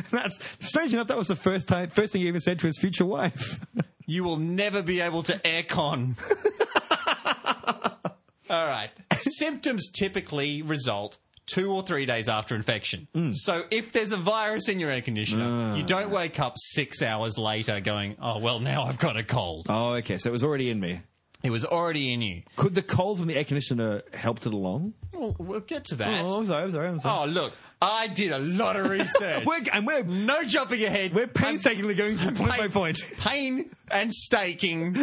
Speaker 3: That's strange enough. That was the first time, first thing he ever said to his future wife.
Speaker 4: You will never be able to aircon. All right. Symptoms typically result two or three days after infection.
Speaker 3: Mm.
Speaker 4: So if there's a virus in your air
Speaker 3: Ah.
Speaker 4: conditioner, you don't wake up six hours later going, oh, well, now I've got a cold.
Speaker 3: Oh, okay. So it was already in me.
Speaker 4: It was already in you.
Speaker 3: Could the cold from the air conditioner helped it along?
Speaker 4: Well, we'll get to that.
Speaker 3: Oh, I'm sorry, I'm sorry, I'm sorry.
Speaker 4: Oh, look, I did a lot of research.
Speaker 3: We're, and we're
Speaker 4: no jumping ahead.
Speaker 3: we're painstakingly going through point by
Speaker 4: pain-
Speaker 3: point.
Speaker 4: Pain and staking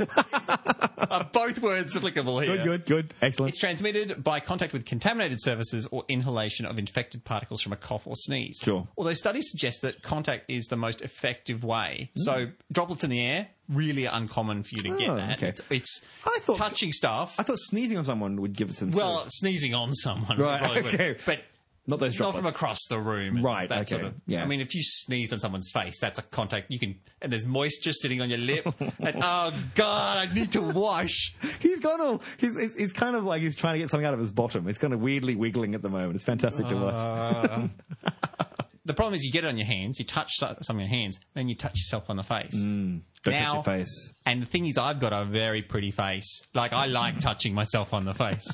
Speaker 4: are both words applicable here.
Speaker 3: Good, good, good, excellent.
Speaker 4: It's transmitted by contact with contaminated surfaces or inhalation of infected particles from a cough or sneeze.
Speaker 3: Sure.
Speaker 4: Although studies suggest that contact is the most effective way. So droplets in the air really are uncommon for you to get
Speaker 3: Hmm. Oh,
Speaker 4: that.
Speaker 3: okay.
Speaker 4: It's, it's
Speaker 3: I thought-
Speaker 4: touching stuff.
Speaker 3: I thought sneezing on someone would give it some.
Speaker 4: well, sneezing on someone.
Speaker 3: Right,
Speaker 4: probably would.
Speaker 3: okay.
Speaker 4: But
Speaker 3: Not those
Speaker 4: not from
Speaker 3: droplets.
Speaker 4: across the room.
Speaker 3: Right,
Speaker 4: That
Speaker 3: okay,
Speaker 4: Sort of,
Speaker 3: yeah.
Speaker 4: I mean, if you sneezed on someone's face, that's a contact. You can, and there's moisture sitting on your lip. and oh god, I need to wash.
Speaker 3: he's gone all. He's, he's he's kind of like he's trying to get something out of his bottom. He's kind of weirdly wiggling at the moment. It's fantastic to watch.
Speaker 4: the problem is you get it on your hands, you touch so- some of your hands, then you touch yourself on the face.
Speaker 3: Don't touch
Speaker 4: now-
Speaker 3: your face.
Speaker 4: And the thing is, I've got a very pretty face. Like I like touching myself on the face.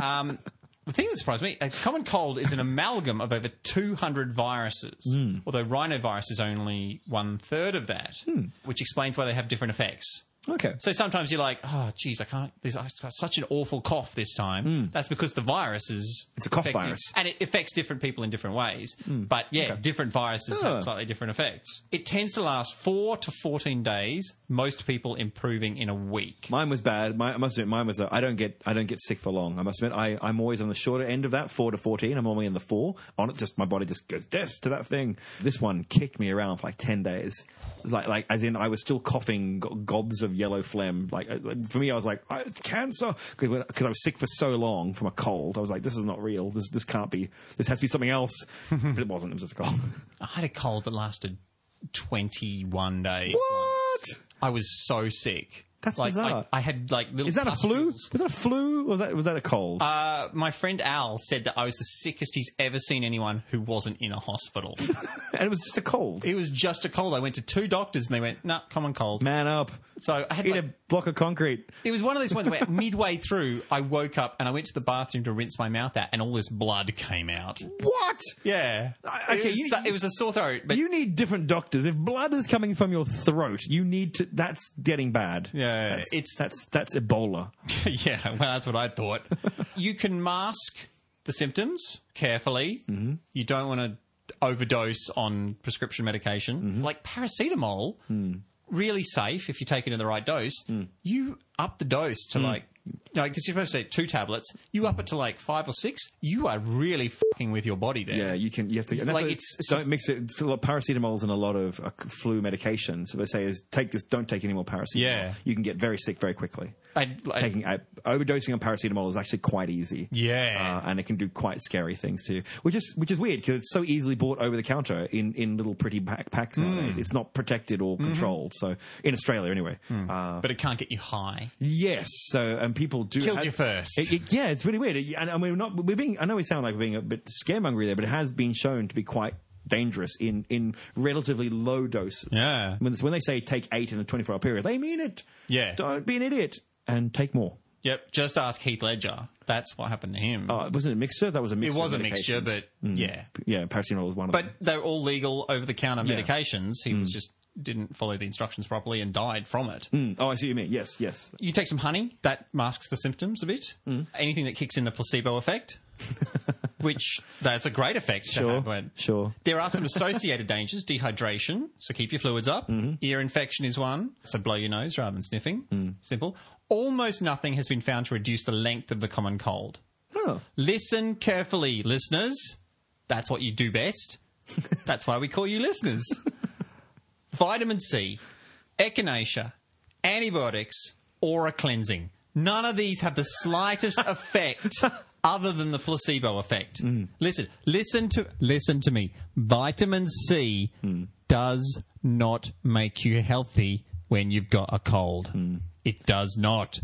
Speaker 4: Um, the thing that surprised me: a common cold is an amalgam of over 200 viruses, although rhinovirus is only one third of that, which explains why they have different effects.
Speaker 3: Okay.
Speaker 4: So sometimes you're like, oh, geez, I can't. There's, I've got such an awful cough this time. That's because the virus is.
Speaker 3: Hmm. It's a cough
Speaker 4: affecting-
Speaker 3: virus. Hmm.
Speaker 4: And it affects different people in different ways. But yeah, different viruses
Speaker 3: Oh.
Speaker 4: have slightly different effects. It tends to last four to 14 days, most people improving in a week.
Speaker 3: Mine was bad. My, I must admit, mine was. uh, I don't get. I don't get sick for long. I must admit, I, I'm always on the shorter end of that, four to fourteen. I'm normally in the four. On it, just my body just goes death to that thing. This one kicked me around for like ten days, like like as in I was still coughing go- gobs of yellow phlegm. Like uh, like, for me, I was like, "Ah, it's cancer because I was sick for so long from a cold. I was like, this is not real. This this can't be. This has to be something else. but it wasn't. It was just a cold.
Speaker 4: I had a cold that lasted 21 days.
Speaker 3: what?
Speaker 4: I was so sick.
Speaker 3: That's
Speaker 4: like,
Speaker 3: bizarre.
Speaker 4: I, I had like little.
Speaker 3: Is that a flu?
Speaker 4: pustules.
Speaker 3: Was that a flu? Or was that was that a cold?
Speaker 4: Uh, my friend Al said that I was the sickest he's ever seen anyone who wasn't in a hospital.
Speaker 3: and it was just a cold.
Speaker 4: It was just a cold. I went to two doctors and they went, nah, common cold.
Speaker 3: Man up.
Speaker 4: So I had
Speaker 3: Eat
Speaker 4: like,
Speaker 3: a block of concrete.
Speaker 4: it was one of those ones where midway through I woke up and I went to the bathroom to rinse my mouth out and all this blood came out.
Speaker 3: What?
Speaker 4: Yeah.
Speaker 3: I- okay,
Speaker 4: it, was,
Speaker 3: you-
Speaker 4: so- it was a sore throat, but
Speaker 3: you need different doctors. If blood is coming from your throat, you need to. That's getting bad.
Speaker 4: Yeah,
Speaker 3: that's,
Speaker 4: it's-
Speaker 3: that's that's Ebola.
Speaker 4: yeah, well, that's what I thought. you can mask the symptoms carefully. Mm-hmm. You don't want to overdose on prescription medication. Like paracetamol, really safe if you take it in the right dose. You up the dose to like. No, because you're supposed to take two tablets. You up it to like five or six. You are really fucking with your body there.
Speaker 3: Yeah, you can. You have to. And that's
Speaker 4: Like,
Speaker 3: why
Speaker 4: it's- it's-
Speaker 3: don't mix it. It's a lot of paracetamols and a lot of uh, flu medication. So they say is take this. Don't take any more paracetamol.
Speaker 4: Yeah.
Speaker 3: you can get very sick very quickly.
Speaker 4: I, I-
Speaker 3: Taking uh, overdosing on paracetamol is actually quite easy.
Speaker 4: Yeah.
Speaker 3: uh, and it can do quite scary things to you, which is which is weird because it's so easily bought over the counter in, in little pretty pack, packs
Speaker 4: Hmm.
Speaker 3: nowadays. It's not protected or
Speaker 4: Mm-hmm.
Speaker 3: controlled. So in Australia, anyway.
Speaker 4: Hmm.
Speaker 3: Uh,
Speaker 4: but it can't get you high.
Speaker 3: yes. So and people do
Speaker 4: Kills
Speaker 3: have-
Speaker 4: you first.
Speaker 3: It- it- yeah, it's really weird. It- and, and we're not we're being. I know we sound like we're being a bit scaremongery there, but it has been shown to be quite dangerous in in relatively low doses.
Speaker 4: Yeah.
Speaker 3: When when they say take eight in a twenty four hour period, they mean it.
Speaker 4: Yeah.
Speaker 3: Don't be an idiot and take more.
Speaker 4: Yep. Just ask Heath Ledger. That's what happened to him.
Speaker 3: Uh, wasn't it a mixture? That was a
Speaker 4: it
Speaker 3: mixture. of
Speaker 4: was a mixture,
Speaker 3: medications.
Speaker 4: but yeah.
Speaker 3: yeah, paracetamol was one of
Speaker 4: But
Speaker 3: them.
Speaker 4: they're all legal over the counter
Speaker 3: Yeah.
Speaker 4: medications. He was just didn't follow the instructions properly and died from it.
Speaker 3: Mm, Oh, I see what you mean. Yes, yes.
Speaker 4: You take some honey, that masks the symptoms a bit.
Speaker 3: Mm.
Speaker 4: Anything that kicks in the placebo effect, which that's a great effect. to
Speaker 3: Sure,
Speaker 4: have, but-
Speaker 3: sure.
Speaker 4: There are some associated dangers dehydration, so keep your fluids up.
Speaker 3: Mm-hmm.
Speaker 4: Ear infection is one, so blow your nose rather than sniffing.
Speaker 3: Mm.
Speaker 4: Simple. Almost nothing has been found to reduce the length of the common cold.
Speaker 3: Oh,
Speaker 4: Listen carefully, listeners. That's what you do best. That's why we call you listeners. Vitamin C, echinacea, antibiotics, aura cleansing. None of these have the slightest effect other than the placebo effect. Listen, listen to listen to me. Vitamin C does not make you healthy when you've got a cold. It does not.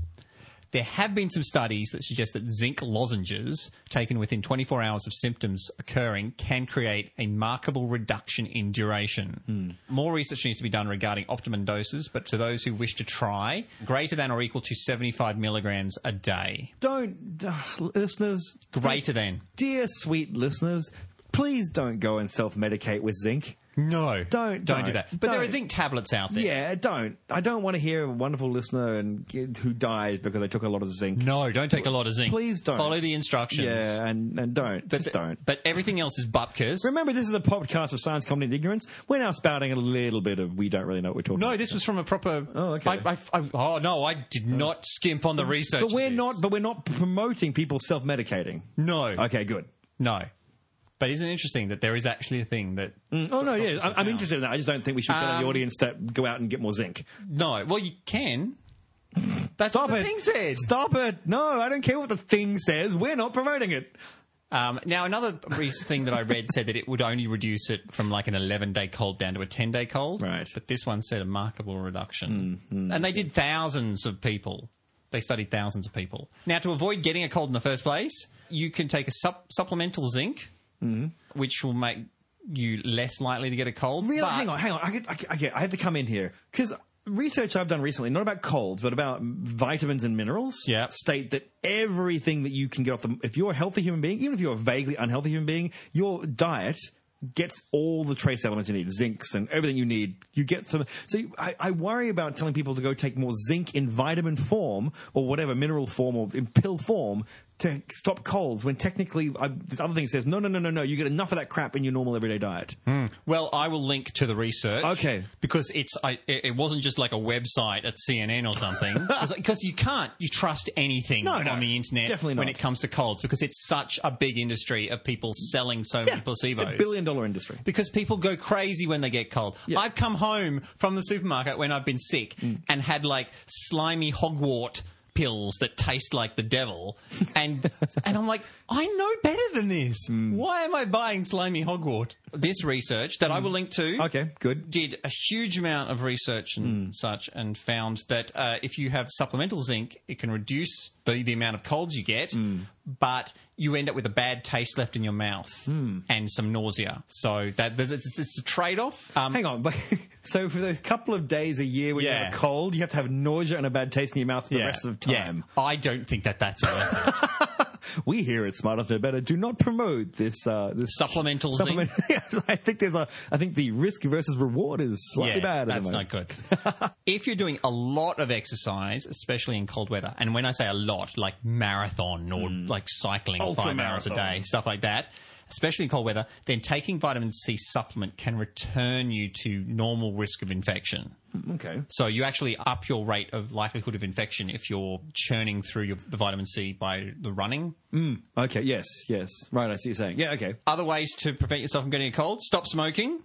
Speaker 4: There have been some studies that suggest that zinc lozenges taken within 24 hours of symptoms occurring can create a markable reduction in
Speaker 3: Hmm.
Speaker 4: duration. More research needs to be done regarding optimum doses, but to those who wish to try, greater than or equal to 75 milligrams a day.
Speaker 3: don't, ugh, listeners.
Speaker 4: Greater than.
Speaker 3: Dear sweet listeners, please don't go and self medicate with zinc.
Speaker 4: No,
Speaker 3: Don't-
Speaker 4: don't do
Speaker 3: don't.
Speaker 4: that. But there
Speaker 3: Don't.
Speaker 4: is zinc tablets out there.
Speaker 3: Yeah, don't. I don't want to hear a wonderful listener and kid who dies because they took a lot of zinc.
Speaker 4: No, don't take a lot of zinc.
Speaker 3: Please don't.
Speaker 4: follow the instructions.
Speaker 3: Yeah, and, and don't.
Speaker 4: but
Speaker 3: Just
Speaker 4: th-
Speaker 3: don't.
Speaker 4: But everything else is bupkis.
Speaker 3: Remember, this is a podcast of science, comedy, and ignorance. We're now spouting a little bit of we don't really know what we're talking
Speaker 4: No,
Speaker 3: about.
Speaker 4: this was from a proper.
Speaker 3: Oh, okay.
Speaker 4: I, I, I, oh no, I did not skimp on the research.
Speaker 3: But we're
Speaker 4: of this.
Speaker 3: not. But we're not promoting people self-medicating.
Speaker 4: No.
Speaker 3: Okay, good.
Speaker 4: No. But isn't it interesting that there is actually a thing that
Speaker 3: Oh no, yeah, I'm, I'm interested in that. I just don't think we should tell
Speaker 4: Um,
Speaker 3: the audience to go out and get more zinc.
Speaker 4: no? Well, you can. That's
Speaker 3: Stop
Speaker 4: what the
Speaker 3: it.
Speaker 4: thing said.
Speaker 3: Stop it! No, I don't care what the thing says. We're not promoting it.
Speaker 4: Um, now, another recent thing that I read said that it would only reduce it from like an 11 day cold down to a 10 day cold.
Speaker 3: Right. Mm-hmm.
Speaker 4: But this one said a markable reduction. And they did thousands of people. They studied thousands of people. Now, to avoid getting a cold in the first place, you can take a sup- supplemental zinc,
Speaker 3: Mm-hmm.
Speaker 4: which will make you less likely to get a cold.
Speaker 3: Really?
Speaker 4: but-
Speaker 3: hang on, hang on. I, could, I, could- okay, I have to come in here because research I've done recently, not about colds, but about vitamins and minerals,
Speaker 4: Yeah.
Speaker 3: state that everything that you can get off the. If you're a healthy human being, even if you're a vaguely unhealthy human being, your diet gets all the trace elements you need, zincs and everything you need. You get some. So you, I, I worry about telling people to go take more zinc in vitamin form or whatever mineral form or in pill form. To stop colds, when technically I, this other thing says no, no, no, no, no, you get enough of that crap in your normal everyday diet.
Speaker 4: Well, I will link to the research.
Speaker 3: Okay.
Speaker 4: Because it's I, it it wasn't just like a website at CNN or something. Because you can't you trust anything
Speaker 3: No,
Speaker 4: on
Speaker 3: no.
Speaker 4: the internet
Speaker 3: Definitely
Speaker 4: when
Speaker 3: not.
Speaker 4: it comes to colds because it's such a big industry of people selling so many placebos.
Speaker 3: It's a billion dollar industry.
Speaker 4: because people go crazy when they get cold.
Speaker 3: Yeah. Mm.
Speaker 4: I've come home from the supermarket when I've been sick and had like slimy hogwart pills that taste like the devil and and I'm like I know better than this.
Speaker 3: Mm.
Speaker 4: Why am I buying slimy hogwart? This research that I will link to
Speaker 3: Mm. Okay, good.
Speaker 4: did a huge amount of research and
Speaker 3: Hmm.
Speaker 4: such and found that uh, if you have supplemental zinc, it can reduce the, the amount of colds you get,
Speaker 3: Hmm.
Speaker 4: but you end up with a bad taste left in your mouth
Speaker 3: Hmm.
Speaker 4: and some nausea. So that there's, it's, it's a trade off. Um,
Speaker 3: Hang on, but so for those couple of days a year when you
Speaker 4: Yeah.
Speaker 3: have a cold, you have to have nausea and a bad taste in your mouth for the
Speaker 4: yeah,
Speaker 3: rest of the
Speaker 4: yeah.
Speaker 3: time.
Speaker 4: I don't think that that's worth it.
Speaker 3: We here at Smart Enough Know Better do not promote this uh, this
Speaker 4: Supplemental
Speaker 3: supplement.
Speaker 4: zinc.
Speaker 3: Yes, I think there's a I think the risk versus reward is slightly
Speaker 4: yeah,
Speaker 3: bad. at the
Speaker 4: That's not
Speaker 3: moment.
Speaker 4: good. if you're doing a lot of exercise, especially in cold weather, and when I say a lot, like marathon or like cycling
Speaker 3: Mm. Ultra
Speaker 4: five hours a
Speaker 3: marathon.
Speaker 4: day, stuff like that, especially in cold weather, then taking vitamin C supplement can return you to normal risk of infection.
Speaker 3: Okay.
Speaker 4: So you actually up your rate of likelihood of infection if you're churning through your, the vitamin C by the running.
Speaker 3: Hmm. Okay. Yes. Yes. Right. I see what you're saying. Yeah. Okay.
Speaker 4: Other ways to prevent yourself from getting a cold: stop smoking.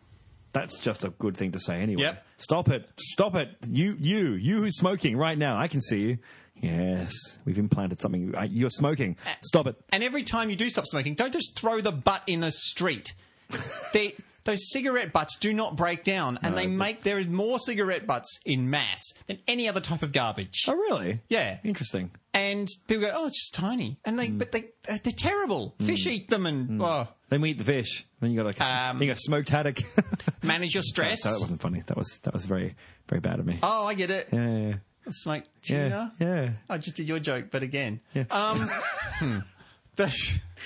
Speaker 3: That's just a good thing to say anyway.
Speaker 4: Yep.
Speaker 3: Stop it. Stop it. You, you, you who's smoking right now. I can see you. Yes. We've implanted something. I- You're smoking. Stop it.
Speaker 4: And every time you do stop smoking, don't just throw the butt in the street. they, those cigarette butts do not break down, and they make there is more cigarette butts in mass than any other type of garbage.
Speaker 3: Oh, really?
Speaker 4: Yeah.
Speaker 3: Interesting.
Speaker 4: And people go, "Oh, it's just tiny," and
Speaker 3: Mm.
Speaker 4: they, but they, uh, they're terrible. Fish eat them, and oh,
Speaker 3: Then we eat the fish. Then you got like a,
Speaker 4: Um,
Speaker 3: you got smoked haddock.
Speaker 4: manage your stress.
Speaker 3: that wasn't funny. That was that was very very bad of me.
Speaker 4: Oh, I get it.
Speaker 3: Yeah, yeah,
Speaker 4: Smoke
Speaker 3: yeah,
Speaker 4: tuna.
Speaker 3: yeah.
Speaker 4: I Oh, just did your joke, but again.
Speaker 3: Yeah.
Speaker 4: Um, hmm. The-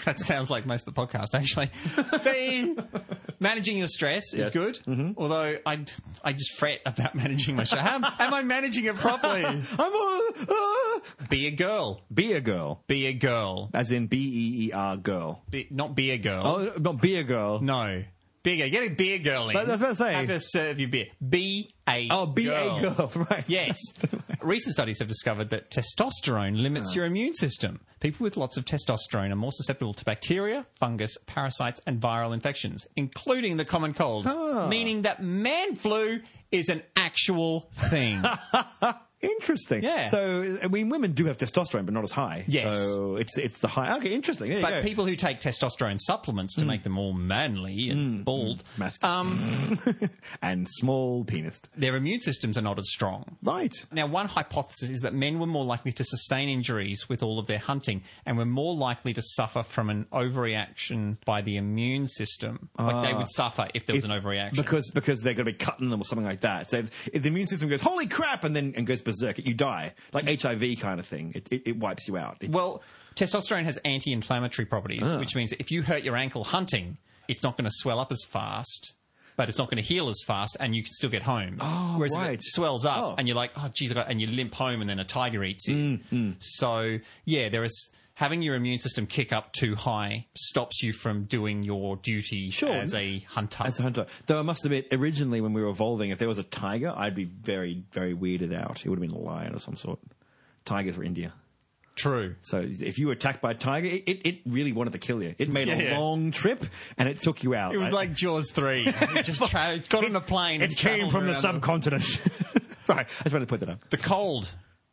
Speaker 4: that sounds like most of the podcast, actually. The, managing your stress is good, although I, I just fret about managing my stress. Am, am I managing it properly?
Speaker 3: I'm all, ah.
Speaker 4: be a girl.
Speaker 3: be a girl,
Speaker 4: Be a girl.
Speaker 3: as in B E E R girl.
Speaker 4: Be, not be a girl.
Speaker 3: Oh, not be a girl.
Speaker 4: No. Be a, get a beer girl in.
Speaker 3: But I was about to say-
Speaker 4: Have her serve you beer. Be a
Speaker 3: Oh, be a girl, right?
Speaker 4: Yes. Recent studies have discovered that testosterone limits your immune system. People with lots of testosterone are more susceptible to bacteria, fungus, parasites, and viral infections, including the common cold, meaning that man flu is an actual thing.
Speaker 3: Interesting.
Speaker 4: Yeah.
Speaker 3: So I mean, women do have testosterone, but not as high.
Speaker 4: Yes.
Speaker 3: So it's it's the high. Okay, interesting. There you
Speaker 4: but
Speaker 3: go. Hmm.
Speaker 4: people who take testosterone supplements to make them all manly and bald,
Speaker 3: Masculine
Speaker 4: um,
Speaker 3: and small penis.
Speaker 4: their immune systems are not as strong.
Speaker 3: Right.
Speaker 4: Now, one hypothesis is that men were more likely to sustain injuries with all of their hunting and were more likely to suffer from an overreaction by the immune system. Like they would suffer if there was an overreaction.
Speaker 3: Because because they're going to be cutting them or something like that. So if, if the immune system goes holy crap and then and goes berserk, you die like HIV kind of thing. It it, it wipes you out. It-
Speaker 4: well, testosterone has anti
Speaker 3: Ah.
Speaker 4: inflammatory properties, which means if you hurt your ankle hunting, it's not going to swell up as fast. but it's not going to heal as fast, and you can still get home. Oh, Whereas if
Speaker 3: right.
Speaker 4: it swells up,
Speaker 3: Oh. Mm,
Speaker 4: and you're like, oh, geez, I got, and you limp home, and then a tiger eats you. So yeah, there is having your immune system kick up too high stops you from doing your duty
Speaker 3: Sure.
Speaker 4: as a hunter.
Speaker 3: As a hunter, though I must admit, originally when we were evolving, if there was a tiger, I'd be very, very weirded out. It would have been a lion of some sort. Tigers were India.
Speaker 4: True.
Speaker 3: So if you were attacked by a tiger, it, it, it really wanted to kill you. It made
Speaker 4: Yeah, yeah.
Speaker 3: a long trip and it took you out.
Speaker 4: It was
Speaker 3: I-
Speaker 4: like Jaws three. It just tra- got on a plane.
Speaker 3: it
Speaker 4: and
Speaker 3: came
Speaker 4: travelled
Speaker 3: from the
Speaker 4: around the-
Speaker 3: subcontinent. Sorry, I just wanted to put that up.
Speaker 4: The cold.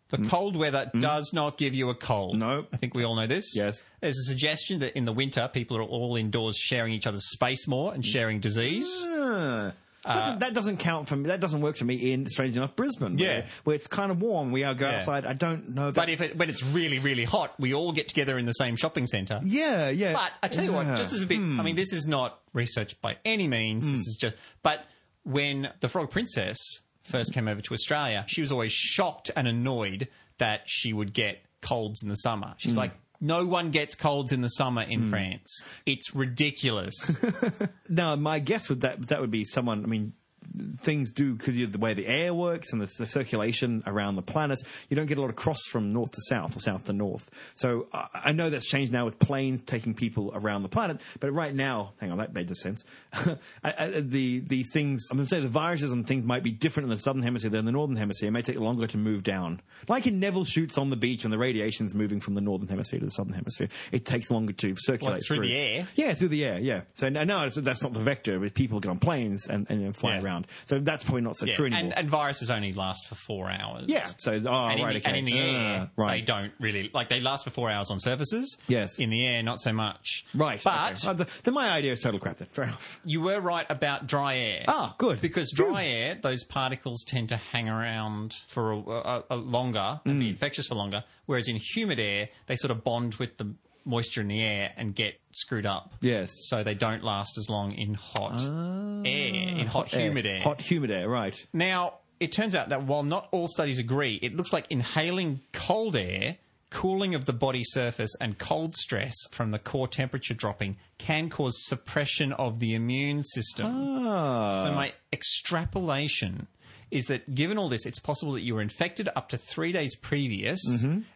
Speaker 4: The cold weather does not give you a cold.
Speaker 3: No.
Speaker 4: I think we all know this.
Speaker 3: Yes.
Speaker 4: There's a suggestion that in the winter, people are all indoors sharing each other's space more and sharing disease. Uh,
Speaker 3: Ah. Doesn't, that doesn't count for me. That doesn't work for me in, strange enough, Brisbane. where-
Speaker 4: Yeah.
Speaker 3: Where, it's kind of warm. We are go
Speaker 4: Yeah.
Speaker 3: outside. I don't know. That.
Speaker 4: But if it, when it's really, really hot, we all get together in the same shopping centre.
Speaker 3: yeah, yeah.
Speaker 4: But I tell you
Speaker 3: Yeah.
Speaker 4: what, just as a bit, I
Speaker 3: Hmm.
Speaker 4: mean, this is not research by any means. This is just, but when the Frog Princess first came over to Australia, she was always shocked and annoyed that she would get colds in the summer. She's
Speaker 3: Hmm.
Speaker 4: like, no one gets colds in the summer in France. It's ridiculous.
Speaker 3: Now, my guess would that that would be someone. I mean, things do because of the way the air works and the, the circulation around the planet. You don't get a lot of cross from north to south or south to north. So I, I know that's changed now with planes taking people around the planet. But right now, hang on, that made no sense. I, I, the these things. I'm going to say the viruses and things might be different in the southern hemisphere than the northern hemisphere. It may take longer to move down. Like in Neville shoots on the beach when the radiation's moving from the northern hemisphere to the southern hemisphere, it takes longer to circulate
Speaker 4: through the air?
Speaker 3: yeah, through the air. Yeah. So no, no so that's not the vector. But people get on planes and, and then fly
Speaker 4: Yeah.
Speaker 3: around. So that's probably not so
Speaker 4: Yeah.
Speaker 3: true anymore.
Speaker 4: and, and viruses only last for four hours.
Speaker 3: yeah. So oh,
Speaker 4: and,
Speaker 3: right.
Speaker 4: in the,
Speaker 3: okay.
Speaker 4: and in the air,
Speaker 3: Uh, right.
Speaker 4: they don't really like. They last for four hours on surfaces.
Speaker 3: Yes.
Speaker 4: in the air, not so much.
Speaker 3: Right.
Speaker 4: but
Speaker 3: okay. Uh, th- then my idea is total crap. Then fair enough.
Speaker 4: You were right about dry air.
Speaker 3: Ah, good.
Speaker 4: Because dry air, those particles tend to hang around for a, a, a longer and
Speaker 3: Mm.
Speaker 4: be infectious for longer. Whereas in humid air, they sort of bond with the moisture in the air and get screwed up.
Speaker 3: Yes. Ah,
Speaker 4: So they don't last as long in hot air, in hot, humid air.
Speaker 3: Hot humid air. Right.
Speaker 4: Now, it turns out that while not all studies agree, it looks like inhaling cold air, cooling of the body surface, and cold stress from the core temperature dropping can cause suppression of the immune system. So, my extrapolation is that given all this, it's possible that you were infected up to three days previous,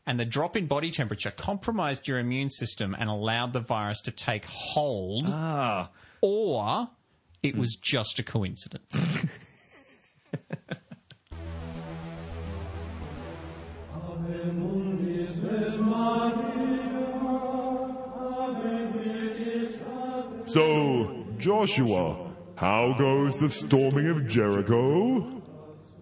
Speaker 4: and the drop in body temperature compromised your immune system and allowed the virus to take hold,
Speaker 3: Ah.
Speaker 4: or it was just a coincidence.
Speaker 6: So, Joshua, how goes the storming of Jericho?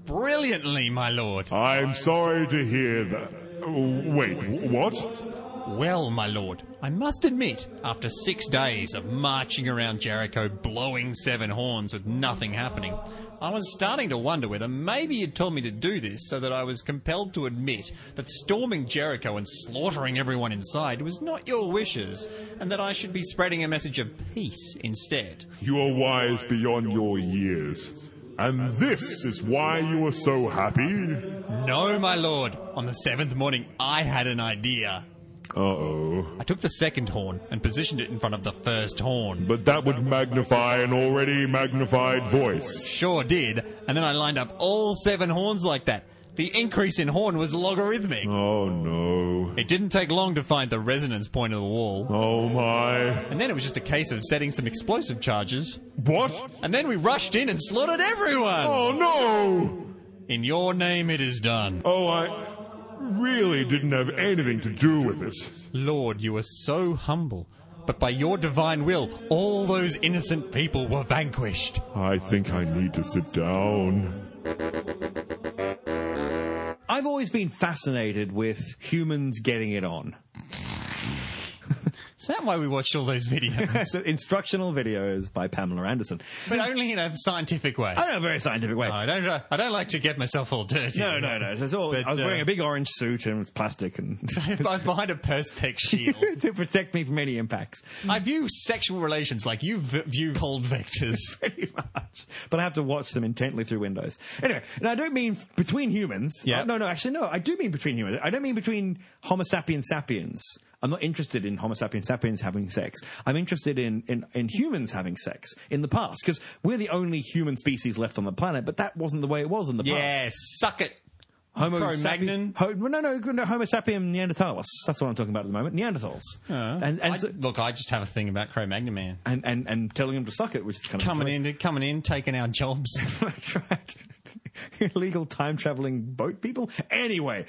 Speaker 4: Brilliantly, my lord.
Speaker 6: I'm sorry to hear that. Oh, Wait, wh- what?
Speaker 4: Well, my lord, I must admit, after six days of marching around Jericho blowing seven horns with nothing happening, I was starting to wonder whether maybe you'd told me to do this so that I was compelled to admit that storming Jericho and slaughtering everyone inside was not your wishes, and that I should be spreading a message of peace instead.
Speaker 6: You are wise beyond your years. And this is why you are so happy?
Speaker 4: No, my lord, on the seventh morning I had an idea.
Speaker 6: Uh oh.
Speaker 4: I took the second horn and positioned it in front of the first horn.
Speaker 6: But that would magnify an already magnified voice.
Speaker 4: Sure did. And then I lined up all seven horns like that. The increase in horn was logarithmic.
Speaker 6: Oh no.
Speaker 4: It didn't take long to find the resonance point of the wall.
Speaker 6: Oh my.
Speaker 4: And then it was just a case of setting some explosive charges.
Speaker 6: What?
Speaker 4: And then we rushed in and slaughtered everyone!
Speaker 6: Oh no!
Speaker 4: In your name it is done.
Speaker 6: Oh, I really didn't have anything to do with it.
Speaker 4: Lord, you are so humble. But by your divine will, all those innocent people were vanquished.
Speaker 6: I think I need to sit down.
Speaker 3: I've always been fascinated with humans getting it on.
Speaker 4: Is that why we watched all those videos?
Speaker 3: So instructional videos by Pamela Anderson.
Speaker 4: but only in a scientific way.
Speaker 3: I don't know, a very scientific way.
Speaker 4: I don't. I don't like to get myself all dirty.
Speaker 3: no, no, no. It's all,
Speaker 4: But,
Speaker 3: I was
Speaker 4: uh,
Speaker 3: wearing a big orange suit and it was plastic and
Speaker 4: if I was behind a perspex shield.
Speaker 3: to protect me from any impacts.
Speaker 4: I view sexual relations like you v- view cold vectors.
Speaker 3: pretty much. But I have to watch them intently through windows. Anyway, and I don't mean f- between humans.
Speaker 4: Yeah.
Speaker 3: No, no, actually, no. I do mean between humans. I don't mean between Homo sapiens sapiens. I'm not interested in Homo sapiens sapiens having sex. I'm interested in, in, in humans having sex in the past because we're the only human species left on the planet, but that wasn't the way it was in the past.
Speaker 4: Yeah, suck it.
Speaker 3: Homo
Speaker 4: Cro-Magnon?
Speaker 3: sapi- Ho- no, no, no, Homo sapien neanderthalis. That's what I'm talking about at the moment. Neanderthals. and, and,
Speaker 4: I-
Speaker 3: so-
Speaker 4: look, I just have a thing about Cro-Magnon man
Speaker 3: and, and, and telling them to suck it, which is kind of
Speaker 4: coming in, coming in, taking our jobs.
Speaker 3: That's right. Illegal time traveling boat people. Anyway,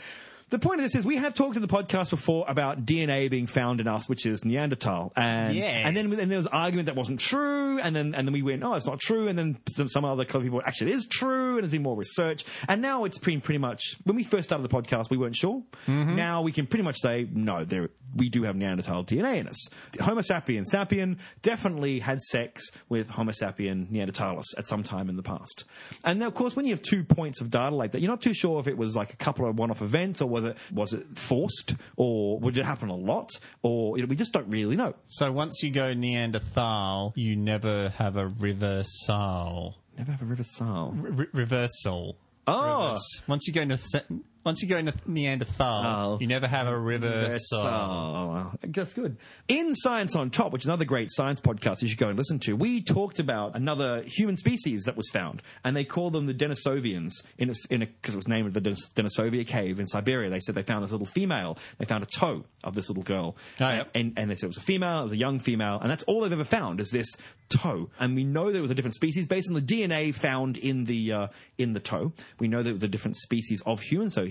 Speaker 3: the point of this is we have talked in the podcast before about DNA being found in us, which is Neanderthal, and
Speaker 4: Yes.
Speaker 3: and then and there was argument that wasn't true, and then and then we went, oh, it's not true, and then some- some other couple of people actually it is true, and there's been more research, and now it's pretty pretty much when we first started the podcast we weren't sure. Now we can pretty much say no, there we do have Neanderthal DNA in us. Homo sapien sapien definitely had sex with Homo sapien neanderthalis at some time in the past. And now, of course, when you have two points of data like that, you're not too sure if it was like a couple of one-off events, or was it was it forced, or would it happen a lot, or you know, we just don't really know.
Speaker 4: so once you go Neanderthal, you never have a reversal.
Speaker 3: Never have a reversal.
Speaker 4: Re- reversal.
Speaker 3: Oh.
Speaker 4: Reverse. Once you go into once you go into Neanderthal,
Speaker 3: Oh.
Speaker 4: you never have a reversal.
Speaker 3: Oh, that's good. In Science on Top, which is another great science podcast you should go and listen to, we talked about another human species that was found, and they call them the Denisovians in a because it was named the Denis- Denisovia cave in Siberia. They said they found this little female. They found a toe of this little girl,
Speaker 4: Oh, yeah.
Speaker 3: and and they said it was a female, it was a young female, and that's all they've ever found is this toe. And we know that it was a different species based on the DNA found in the uh, in the toe. We know that it was a different species of human, so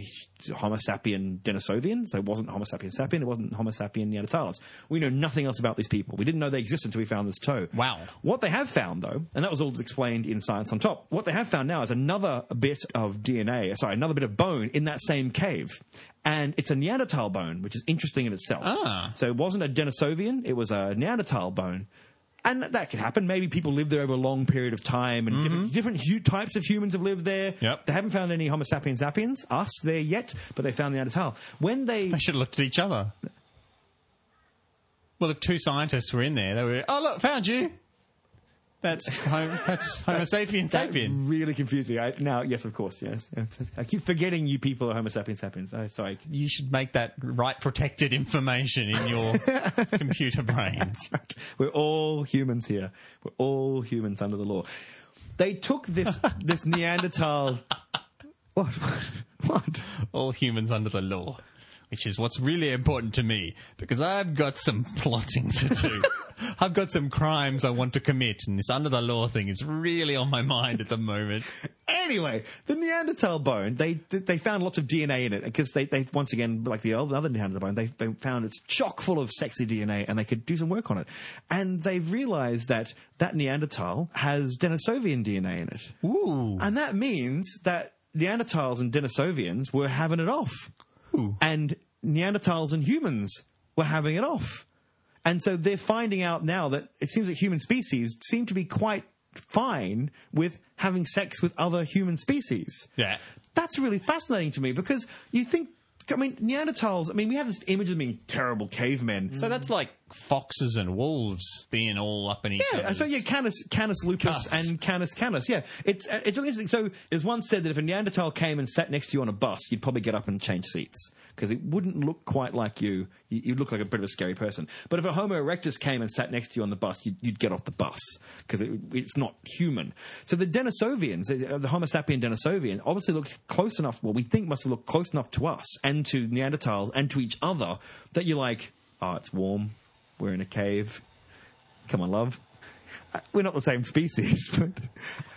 Speaker 3: Homo sapien Denisovian. So it wasn't Homo sapien sapien, it wasn't Homo sapien Neanderthalis. We know nothing else about these people. We didn't know they existed until we found this toe.
Speaker 4: Wow.
Speaker 3: What they have found, though, and that was all explained in Science on Top, what they have found now is another bit of DNA, uh, sorry, another bit of bone in that same cave. And it's a Neanderthal bone, which is interesting in itself.
Speaker 4: Ah.
Speaker 3: So it wasn't a Denisovian, it was a Neanderthal bone. And that could happen. Maybe people lived there over a long period of time, and different, different hu- types of humans have lived there.
Speaker 4: Mm-hmm. Yep.
Speaker 3: They haven't found any Homo sapiens sapiens, us, there yet, but they found Neanderthal. When they.
Speaker 4: They should have looked at each other. Well, if two scientists were in there, they were. Oh, look, found you. That's homo, that's Homo sapien
Speaker 3: That
Speaker 4: sapien.
Speaker 3: really confused me. I, now, yes, of course, yes. I keep forgetting you people are Homo sapiens sapiens. Oh, sorry.
Speaker 4: You should make that right protected information in your computer brains.
Speaker 3: That's right. We're all humans here. We're all humans under the law. They took this this Neanderthal. What? What?
Speaker 4: All humans under the law, which is what's really important to me because I've got some plotting to do. I've got some crimes I want to commit, and this under the law thing is really on my mind at the moment.
Speaker 3: Anyway, the Neanderthal bone. They they found lots of DNA in it because they, they once again like the old other Neanderthal bone. They they found it's chock full of sexy DNA, and they could do some work on it. And they've realised that that Neanderthal has Denisovian DNA in it.
Speaker 4: Ooh.
Speaker 3: And that means that Neanderthals and Denisovians were having it off. And Neanderthals and humans were having it off. And so they're finding out now that it seems that human species seem to be quite fine with having sex with other human species.
Speaker 4: Yeah.
Speaker 3: That's really fascinating to me because you think, I mean, Neanderthals, I mean, we have this image of being terrible cavemen.
Speaker 4: So that's like foxes and wolves being all up in each
Speaker 3: Yeah, I
Speaker 4: other's.
Speaker 3: suppose yeah, Canis, Canis lupus
Speaker 4: Cus.
Speaker 3: and Canis canis. Yeah, it's uh, it's really interesting. So there's one said that if a Neanderthal came and sat next to you on a bus, you'd probably get up and change seats because it wouldn't look quite like you. You- You'd look like a bit of a scary person. But if a Homo erectus came and sat next to you on the bus, you'd, you'd get off the bus because it, it's not human. So the Denisovians, uh, the Homo sapien Denisovian, obviously looked close enough. Well, we think must have looked close enough to us and to Neanderthals and to each other that you're like, oh, it's warm. We're in a cave. Come on, love. Uh, We're not the same species, but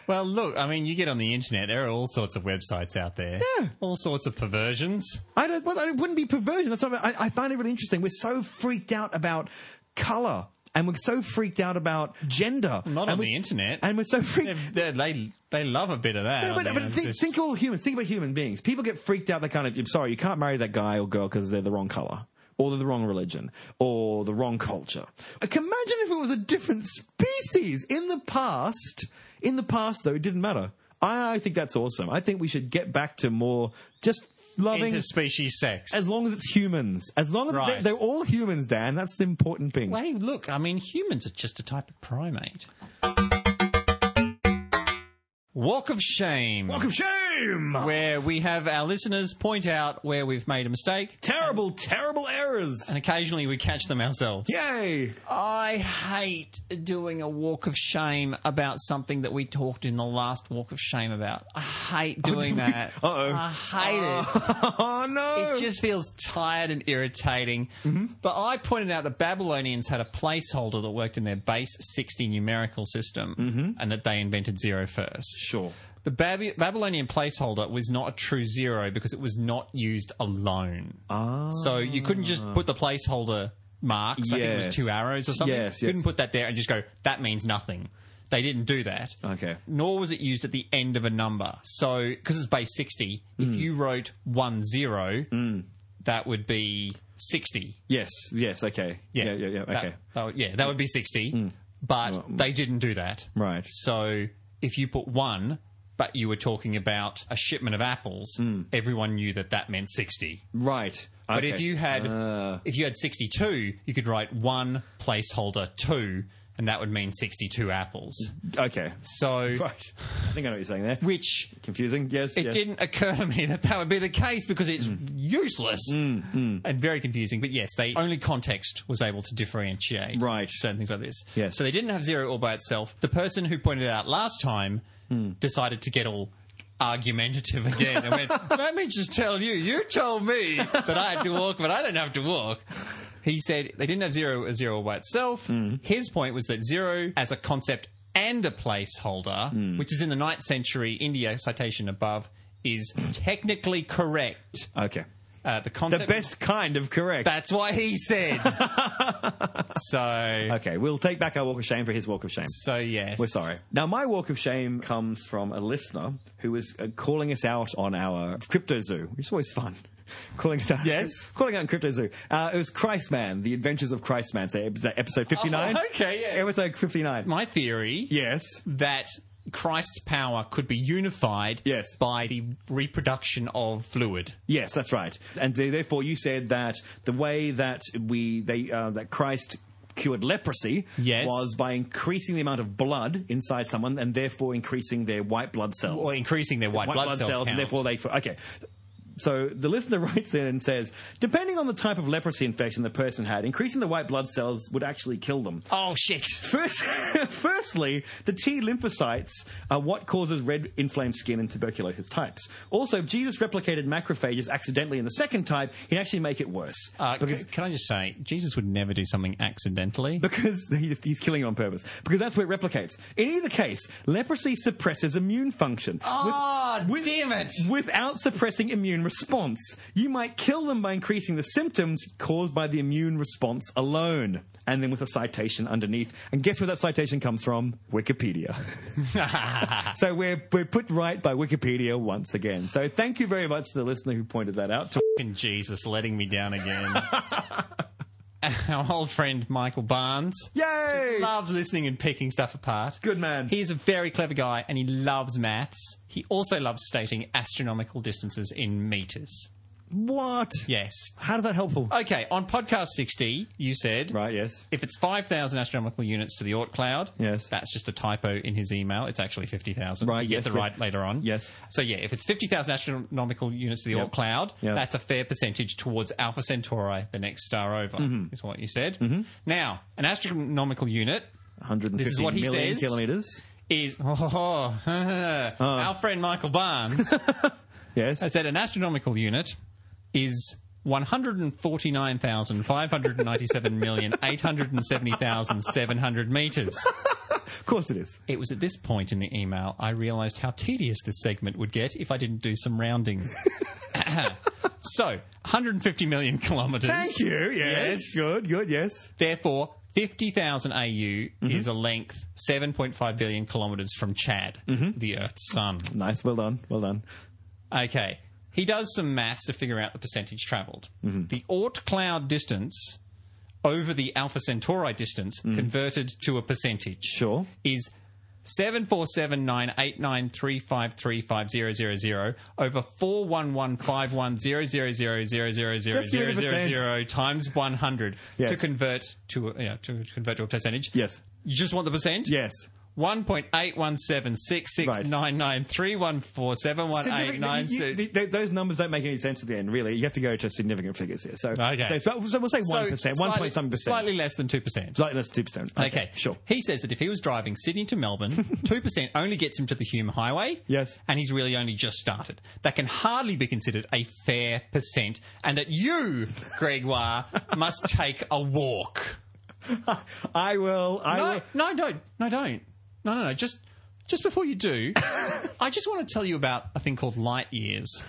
Speaker 4: Well, look, I mean, you get on the internet, there are all sorts of websites out there.
Speaker 3: Yeah.
Speaker 4: All sorts of perversions.
Speaker 3: I don't. Well, it wouldn't be perversion. That's what I, I find it really interesting. We're so freaked out about color, and we're so freaked out about gender.
Speaker 4: Not
Speaker 3: and
Speaker 4: on
Speaker 3: we're-
Speaker 4: the internet.
Speaker 3: and we're so freaked.
Speaker 4: They- They, they, they love a bit of that.
Speaker 3: No,
Speaker 4: I
Speaker 3: Oh, but,
Speaker 4: mean,
Speaker 3: but
Speaker 4: it's
Speaker 3: think,
Speaker 4: just-
Speaker 3: think all humans. Think about human beings. People get freaked out. They kind of, I'm sorry, you can't marry that guy or girl because they're the wrong color, or they're the wrong religion, or the wrong culture. I can imagine if it was a different species in the past. In the past, though, it didn't matter. I, I think that's awesome. I think we should get back to more just loving.
Speaker 4: interspecies sex.
Speaker 3: as long as it's humans, as long as
Speaker 4: Right.
Speaker 3: they, they're all humans, Dan, that's the important thing.
Speaker 4: Well, hey, look, I mean, humans are just a type of primate. Walk of shame.
Speaker 3: Welcome, shame. game.
Speaker 4: where we have our listeners point out where we've made a mistake,
Speaker 3: terrible, terrible errors.
Speaker 4: and occasionally we catch them ourselves.
Speaker 3: Yay!
Speaker 4: I hate doing a walk of shame about something that we talked in the last walk of shame about. I hate doing that.
Speaker 3: Oh, Uh-oh.
Speaker 4: I hate it.
Speaker 3: Oh no!
Speaker 4: It just feels tired and irritating.
Speaker 3: Mm-hmm.
Speaker 4: But I pointed out the Babylonians had a placeholder that worked in their base 60 numerical system
Speaker 3: Mm-hmm.
Speaker 4: and that they invented zero first.
Speaker 3: sure.
Speaker 4: The Bab- Babylonian placeholder was not a true zero because it was not used alone.
Speaker 3: Ah.
Speaker 4: So you couldn't just put the placeholder marks. I think it
Speaker 3: Yes.
Speaker 4: was two arrows or something.
Speaker 3: Yes,
Speaker 4: you
Speaker 3: yes.
Speaker 4: couldn't put that there and just go, that means nothing. They didn't do that.
Speaker 3: Okay.
Speaker 4: Nor was it used at the end of a number. So, because it's base 60,
Speaker 3: Mm.
Speaker 4: if you wrote 1 0, that would be 60.
Speaker 3: Yes. Yes. Okay.
Speaker 4: Yeah,
Speaker 3: Yeah. Yeah. yeah,
Speaker 4: That-
Speaker 3: okay. Mm.
Speaker 4: that would- yeah, that would be sixty. But they didn't do that,
Speaker 3: Right.
Speaker 4: So if you put one, but you were talking about a shipment of apples,
Speaker 3: Mm.
Speaker 4: everyone knew that that meant sixty.
Speaker 3: right.
Speaker 4: But
Speaker 3: Okay. Uh,
Speaker 4: if
Speaker 3: Ah.
Speaker 4: you had if you had sixty two, you could write one placeholder two, and that would mean sixty two apples.
Speaker 3: okay.
Speaker 4: So
Speaker 3: Right. I think I know what you're saying there.
Speaker 4: which
Speaker 3: Confusing. Yes.
Speaker 4: it
Speaker 3: yes.
Speaker 4: didn't occur to me that that would be the case because it's
Speaker 3: Mm.
Speaker 4: useless and very confusing. But yes, they only context was able to differentiate
Speaker 3: Right.
Speaker 4: certain things like this.
Speaker 3: Yes.
Speaker 4: So they didn't have zero all by itself. The person who pointed it out last time
Speaker 3: Hmm.
Speaker 4: decided to get all argumentative again and went, Let me just tell you, you told me that I had to walk, but I didn't have to walk. He said they didn't have zero as zero all by itself.
Speaker 3: Hmm.
Speaker 4: His point was that zero as a concept and a placeholder,
Speaker 3: Hmm.
Speaker 4: which is in the 9th century India citation above, is technically correct.
Speaker 3: Okay.
Speaker 4: Uh, the
Speaker 3: Hmm. The
Speaker 4: concept.
Speaker 3: best kind of correct.
Speaker 4: That's what he said. so,
Speaker 3: okay. We'll take back our walk of shame for his walk of shame.
Speaker 4: so yes,
Speaker 3: We're sorry. Now, my walk of shame comes from a listener who was uh, calling us out on our Crypto Zoo, which is always fun. Calling us out.
Speaker 4: Yes.
Speaker 3: Calling out on Crypto Zoo. Uh, it was Christman, The Adventures of Christman, so ep- episode 59.
Speaker 4: Oh, okay, yeah.
Speaker 3: Episode 59.
Speaker 4: My theory,
Speaker 3: yes.
Speaker 4: that Christ's power could be unified
Speaker 3: Yes.
Speaker 4: by the reproduction of fluid.
Speaker 3: Yes, that's right. And th- therefore, you said that the way that we they uh, that Christ cured leprosy
Speaker 4: Yes.
Speaker 3: was by increasing the amount of blood inside someone, and therefore increasing their white blood cells
Speaker 4: Or increasing their white,
Speaker 3: white blood, cells,
Speaker 4: cell
Speaker 3: and
Speaker 4: count.
Speaker 3: therefore they. Okay. So the listener writes in and says, depending on the type of leprosy infection the person had, increasing the white blood cells would actually kill them.
Speaker 4: Oh shit!
Speaker 3: First, firstly, the T lymphocytes are what causes red inflamed skin and tuberculosis types. Also, if Jesus replicated macrophages accidentally in the second type, he'd actually make it worse.
Speaker 4: Uh,
Speaker 3: because
Speaker 4: c- can I just say, Jesus would never do something accidentally.
Speaker 3: because he just, he's killing it on purpose. Because that's where it replicates. In either case, leprosy suppresses immune function.
Speaker 4: Ah, damn it.
Speaker 3: Without suppressing immune response, you might kill them by increasing the symptoms caused by the immune response alone. And then with a citation underneath. And guess where that citation comes from? Wikipedia. so we're, we're put right by Wikipedia once again. So thank you very much to the listener who pointed that out. To
Speaker 4: Fucking Jesus letting me down again. Our old friend Michael Barnes.
Speaker 3: Yay!
Speaker 4: Loves listening and picking stuff apart.
Speaker 3: Good man.
Speaker 4: He's a very clever guy and he loves maths. He also loves stating astronomical distances in meters.
Speaker 3: What?
Speaker 4: Yes.
Speaker 3: How is that helpful?
Speaker 4: Okay, on podcast 60, you said.
Speaker 3: right, yes.
Speaker 4: If it's 5,000 astronomical units to the Oort cloud,
Speaker 3: Yes.
Speaker 4: that's just a typo in his email. It's actually 50,000.
Speaker 3: Right,
Speaker 4: He
Speaker 3: yes,
Speaker 4: gets it
Speaker 3: yeah.
Speaker 4: right later on.
Speaker 3: Yes.
Speaker 4: So, yeah, if it's 50,000 astronomical units to the Oort cloud,
Speaker 3: Yep.
Speaker 4: that's a fair percentage towards Alpha Centauri, the next star over,
Speaker 3: Mm-hmm.
Speaker 4: is what you said. Now, an astronomical unit
Speaker 3: 150
Speaker 4: This is what he
Speaker 3: million
Speaker 4: says.
Speaker 3: kilometers.
Speaker 4: is. oh,
Speaker 3: Uh.
Speaker 4: Our friend Michael Barnes
Speaker 3: Yes.
Speaker 4: said an astronomical unit is. 149,597,870,700 meters.
Speaker 3: of course it is.
Speaker 4: It was at this point in the email I realised how tedious this segment would get if I didn't do some rounding. so, 150 million kilometres.
Speaker 3: Thank you. Yes.
Speaker 4: Yes.
Speaker 3: Good, good, yes.
Speaker 4: Therefore, 50,000 AU
Speaker 3: Mm-hmm.
Speaker 4: is a length 7.5 billion kilometres from Chad,
Speaker 3: Mm-hmm.
Speaker 4: the Earth's sun.
Speaker 3: Nice. Well done. Well done.
Speaker 4: Okay. He does some maths to figure out the percentage traveled.
Speaker 3: Mm-hmm.
Speaker 4: The Oort cloud distance over the Alpha Centauri distance converted to a percentage.
Speaker 3: Mm. Sure.
Speaker 4: Is 7479893535000 over 4115100000000 times 100
Speaker 3: Yes.
Speaker 4: to convert to a- yeah, to convert to a percentage.
Speaker 3: Yes.
Speaker 4: You just want the percent?
Speaker 3: Yes. Significant- you-
Speaker 4: 1.817669931471892.
Speaker 3: you- th- those numbers don't make any sense at the end, really. You have to go to significant figures here. So,
Speaker 4: Okay.
Speaker 3: so, so we'll say
Speaker 4: So
Speaker 3: 1%, 1
Speaker 4: slightly-
Speaker 3: point something percent.
Speaker 4: Slightly less than 2%.
Speaker 3: Slightly less than 2%.
Speaker 4: Okay.
Speaker 3: Sure.
Speaker 4: He says that if he was driving Sydney to Melbourne, 2% only gets him to the Hume Highway.
Speaker 3: Yes.
Speaker 4: And he's really only just started. That can hardly be considered a fair percent. And that you, Gregoire, must take a walk.
Speaker 3: I will. I
Speaker 4: No,
Speaker 3: will.
Speaker 4: no, don't. No, don't. No, no, no. Just, just before you do, I just want to tell you about a thing called light years.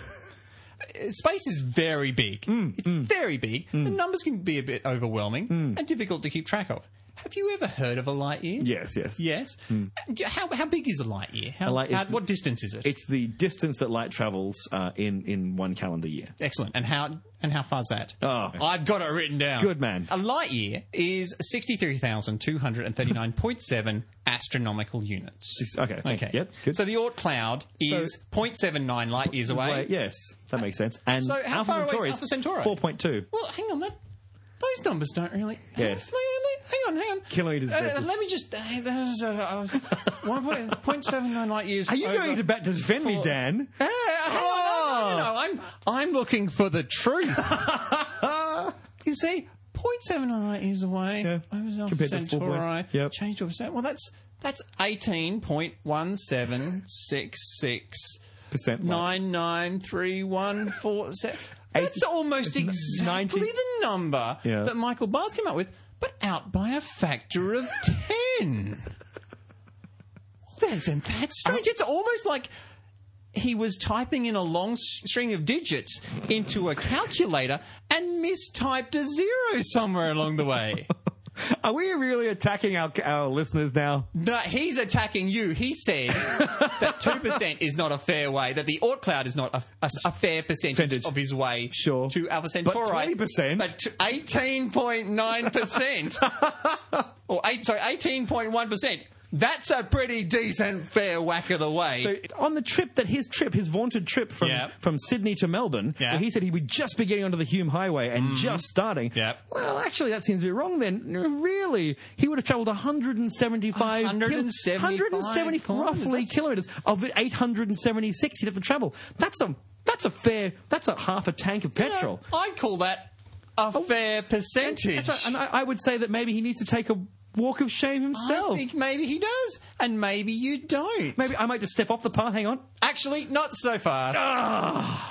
Speaker 4: Uh, Space is very big.
Speaker 3: Mm,
Speaker 4: it's very big. The numbers can be a bit overwhelming
Speaker 3: Mm.
Speaker 4: and difficult to keep track of. Have you ever heard of a light year?
Speaker 3: Yes, yes.
Speaker 4: Yes. And do- How, how big is a light year? How,
Speaker 3: light is
Speaker 4: how-
Speaker 3: the-
Speaker 4: what distance is it?
Speaker 3: It's the distance that light travels uh, in, in one calendar year.
Speaker 4: Excellent. And how and how far's that?
Speaker 3: Oh.
Speaker 4: I've got it written down.
Speaker 3: Good man.
Speaker 4: A light year is sixty three thousand two hundred and thirty nine point seven astronomical units.
Speaker 3: Six- okay, thank you. Yep, good.
Speaker 4: So the Oort cloud is 0.79 light years away.
Speaker 3: Wait, yes, that makes sense. And
Speaker 4: So how
Speaker 3: Alpha
Speaker 4: far away is
Speaker 3: Centauri
Speaker 4: Alpha Centauri?
Speaker 3: 4.2.
Speaker 4: Well, hang on, that those numbers don't really.
Speaker 3: Yes.
Speaker 4: Hang on, hang on.
Speaker 3: Kilometres
Speaker 4: Uh,
Speaker 3: versus-
Speaker 4: Let me just. Uh, there's, uh, uh, one point- 0.79 light years.
Speaker 3: Are you going to bet to defend me, Dan? Oh.
Speaker 4: Hey, hang on, no, no, no, no, I'm I'm looking for the truth. you see, 0.79 light years away.
Speaker 3: Yeah.
Speaker 4: I was Alpha
Speaker 3: Compared to
Speaker 4: Centauri.
Speaker 3: 4.0. Yep.
Speaker 4: Changed to a percent. Well, that's that's eighteen point one seven six six
Speaker 3: Percent light.
Speaker 4: nine nine three one four seven. That's almost
Speaker 3: n- 90
Speaker 4: exactly the number
Speaker 3: Yeah.
Speaker 4: that Michael Bars came up with, but out by a factor of ten. That's, that's strange. It's almost like he was typing in a long s- string of digits into a calculator and mistyped a zero somewhere along the way.
Speaker 3: Are we really attacking our, our listeners now?
Speaker 4: No, he's attacking you. He said that 2% is not a fair way, that the Oort cloud is not a, a- a fair percentage,
Speaker 3: Percentage.
Speaker 4: of his way
Speaker 3: Sure.
Speaker 4: to Alpha
Speaker 3: But
Speaker 4: Centauri.
Speaker 3: 20%?
Speaker 4: But t- 18.9%. or eight, sorry, 18.1%. That's a pretty decent fair whack of the way.
Speaker 3: So on the trip that his trip, his vaunted trip from
Speaker 4: Yeah.
Speaker 3: from Sydney to Melbourne,
Speaker 4: Yeah. Mm-hmm.
Speaker 3: where he said he would just be getting onto the Hume Highway and just starting.
Speaker 4: Yep.
Speaker 3: Well, actually, that seems a bit wrong. Then really, he would have travelled 175, kil-
Speaker 4: 175
Speaker 3: 170
Speaker 4: kilometres.
Speaker 3: roughly kilometres of the 876 he'd have to travel. That's a that's a fair. That's a half a tank of petrol.
Speaker 4: I'd call that a fair percentage.
Speaker 3: Oh. That's right. And I, I would say that maybe he needs to take a walk of shame
Speaker 4: I
Speaker 3: himself.
Speaker 4: think maybe he does, and maybe you don't.
Speaker 3: Maybe I might just step off the path. Hang on. Ah!
Speaker 4: Actually, not so fast.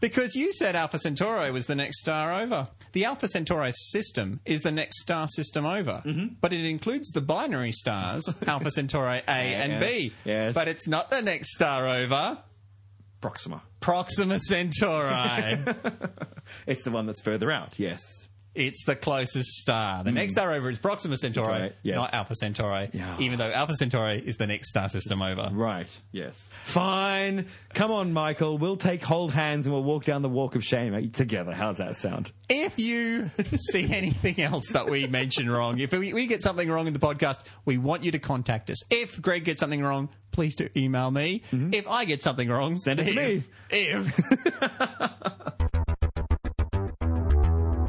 Speaker 4: Because you said Alpha Centauri was the next star over. The Alpha Centauri system is the next star system over,
Speaker 3: Mm-hmm.
Speaker 4: but it includes the binary stars, Alpha Centauri A and B.
Speaker 3: Yes.
Speaker 4: But it's not the next star over,
Speaker 3: Proxima.
Speaker 4: Proxima Centauri.
Speaker 3: It's the one that's further out. Yes.
Speaker 4: it's the closest star. The next star over is Proxima Centauri,
Speaker 3: Mm. Centauri, yes.
Speaker 4: not Alpha Centauri,
Speaker 3: Yeah.
Speaker 4: even though Alpha Centauri is the next star system over.
Speaker 3: Right. Yes. Fine. Come on, Michael. We'll take hold hands and we'll walk down the walk of shame together. How's that sound?
Speaker 4: If you see anything else that we mention wrong, if we, we get something wrong in the podcast, we want you to contact us. If Greg gets something wrong, please do email me. If I get something wrong,
Speaker 3: Mm-hmm. Send it to
Speaker 4: if-
Speaker 3: me.
Speaker 4: If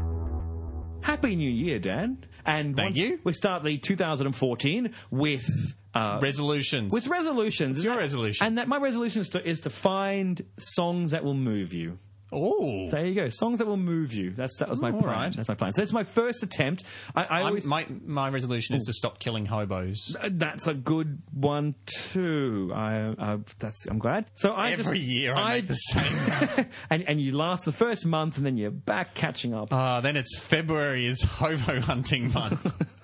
Speaker 3: Happy New Year, Dan. And
Speaker 4: Thank
Speaker 3: once-
Speaker 4: you.
Speaker 3: We start the 2014 with uh,
Speaker 4: resolutions,
Speaker 3: with resolutions.
Speaker 4: your
Speaker 3: And that-
Speaker 4: resolution.
Speaker 3: And that my resolution is to, is to find songs that will move you.
Speaker 4: oh,
Speaker 3: So there you go. Songs that will move you. That's that was my plan.
Speaker 4: right.
Speaker 3: That's my plan. So it's my first attempt. I, I always
Speaker 4: my my resolution is to stop killing hobos
Speaker 3: Uh, That's a good one too. I, I that's I'm glad. So I
Speaker 4: every
Speaker 3: just-
Speaker 4: year. I, make the same.
Speaker 3: and and you last the first month, and then you're back catching up.
Speaker 4: Ah, then it's February is hobo hunting month.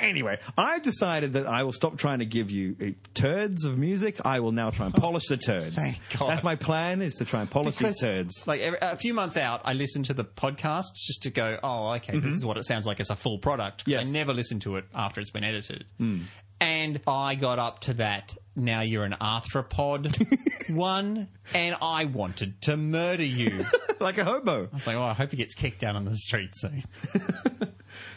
Speaker 3: anyway, I've decided that I will stop trying to give you uh, turds of music. I will now try and polish the turds.
Speaker 4: Thank God.
Speaker 3: That's my plan is to try and polish
Speaker 4: Because,
Speaker 3: these turds.
Speaker 4: Like every, a few months out, I listen to the podcasts just to go, oh, okay, this is what it sounds like as a full product. 'cause
Speaker 3: Mm-hmm. Yes. Mm.
Speaker 4: I never listen to it after it's been edited. And I got up to that. Now you're an arthropod one, and I wanted to murder you.
Speaker 3: like a hobo.
Speaker 4: It's like, oh, I hope he gets kicked out on the street soon.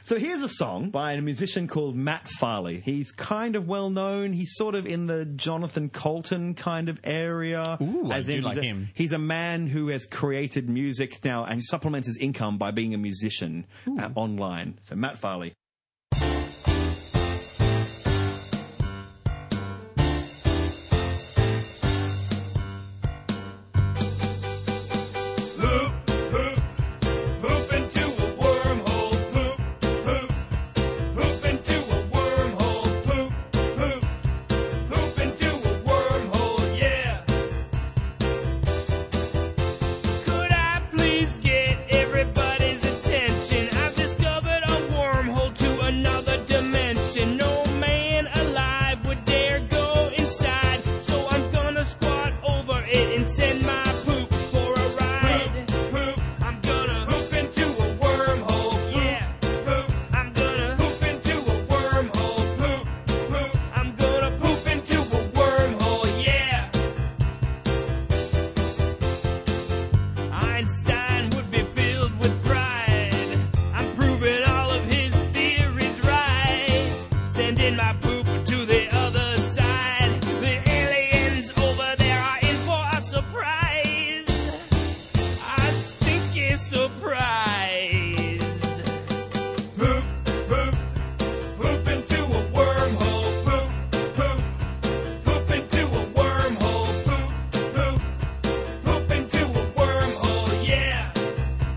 Speaker 3: So here's a song by a musician called Matt Farley. He's kind of well known. He's sort of in the Jonathan Colton kind of area.
Speaker 4: Ooh, I do
Speaker 3: he's
Speaker 4: like
Speaker 3: a-
Speaker 4: him.
Speaker 3: He's a man who has created music now and supplements his income by being a musician uh, online. So Matt Farley.
Speaker 7: Einstein would be filled with pride. I'm proving all of his theories right. Sending my poop to the other side. The aliens over there are in for a surprise. A stinky surprise. Poop, poop, poop into a wormhole. Poop, poop, poop into a wormhole. Poop, poop poop into a wormhole. Yeah,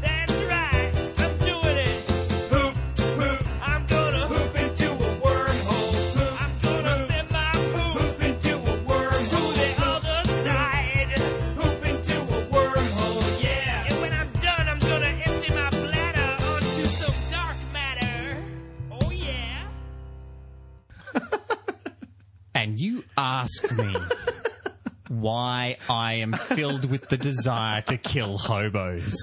Speaker 7: that's right. I'm doing it. Poop, poop. I'm gonna poop into a wormhole. Poop, I'm gonna send my poop, into a wormhole to the other side. Poop into a wormhole. Yeah. And when I'm done, I'm gonna empty my bladder onto some dark matter. Oh yeah.
Speaker 4: And you asked me why I am filled with the desire to kill hobos.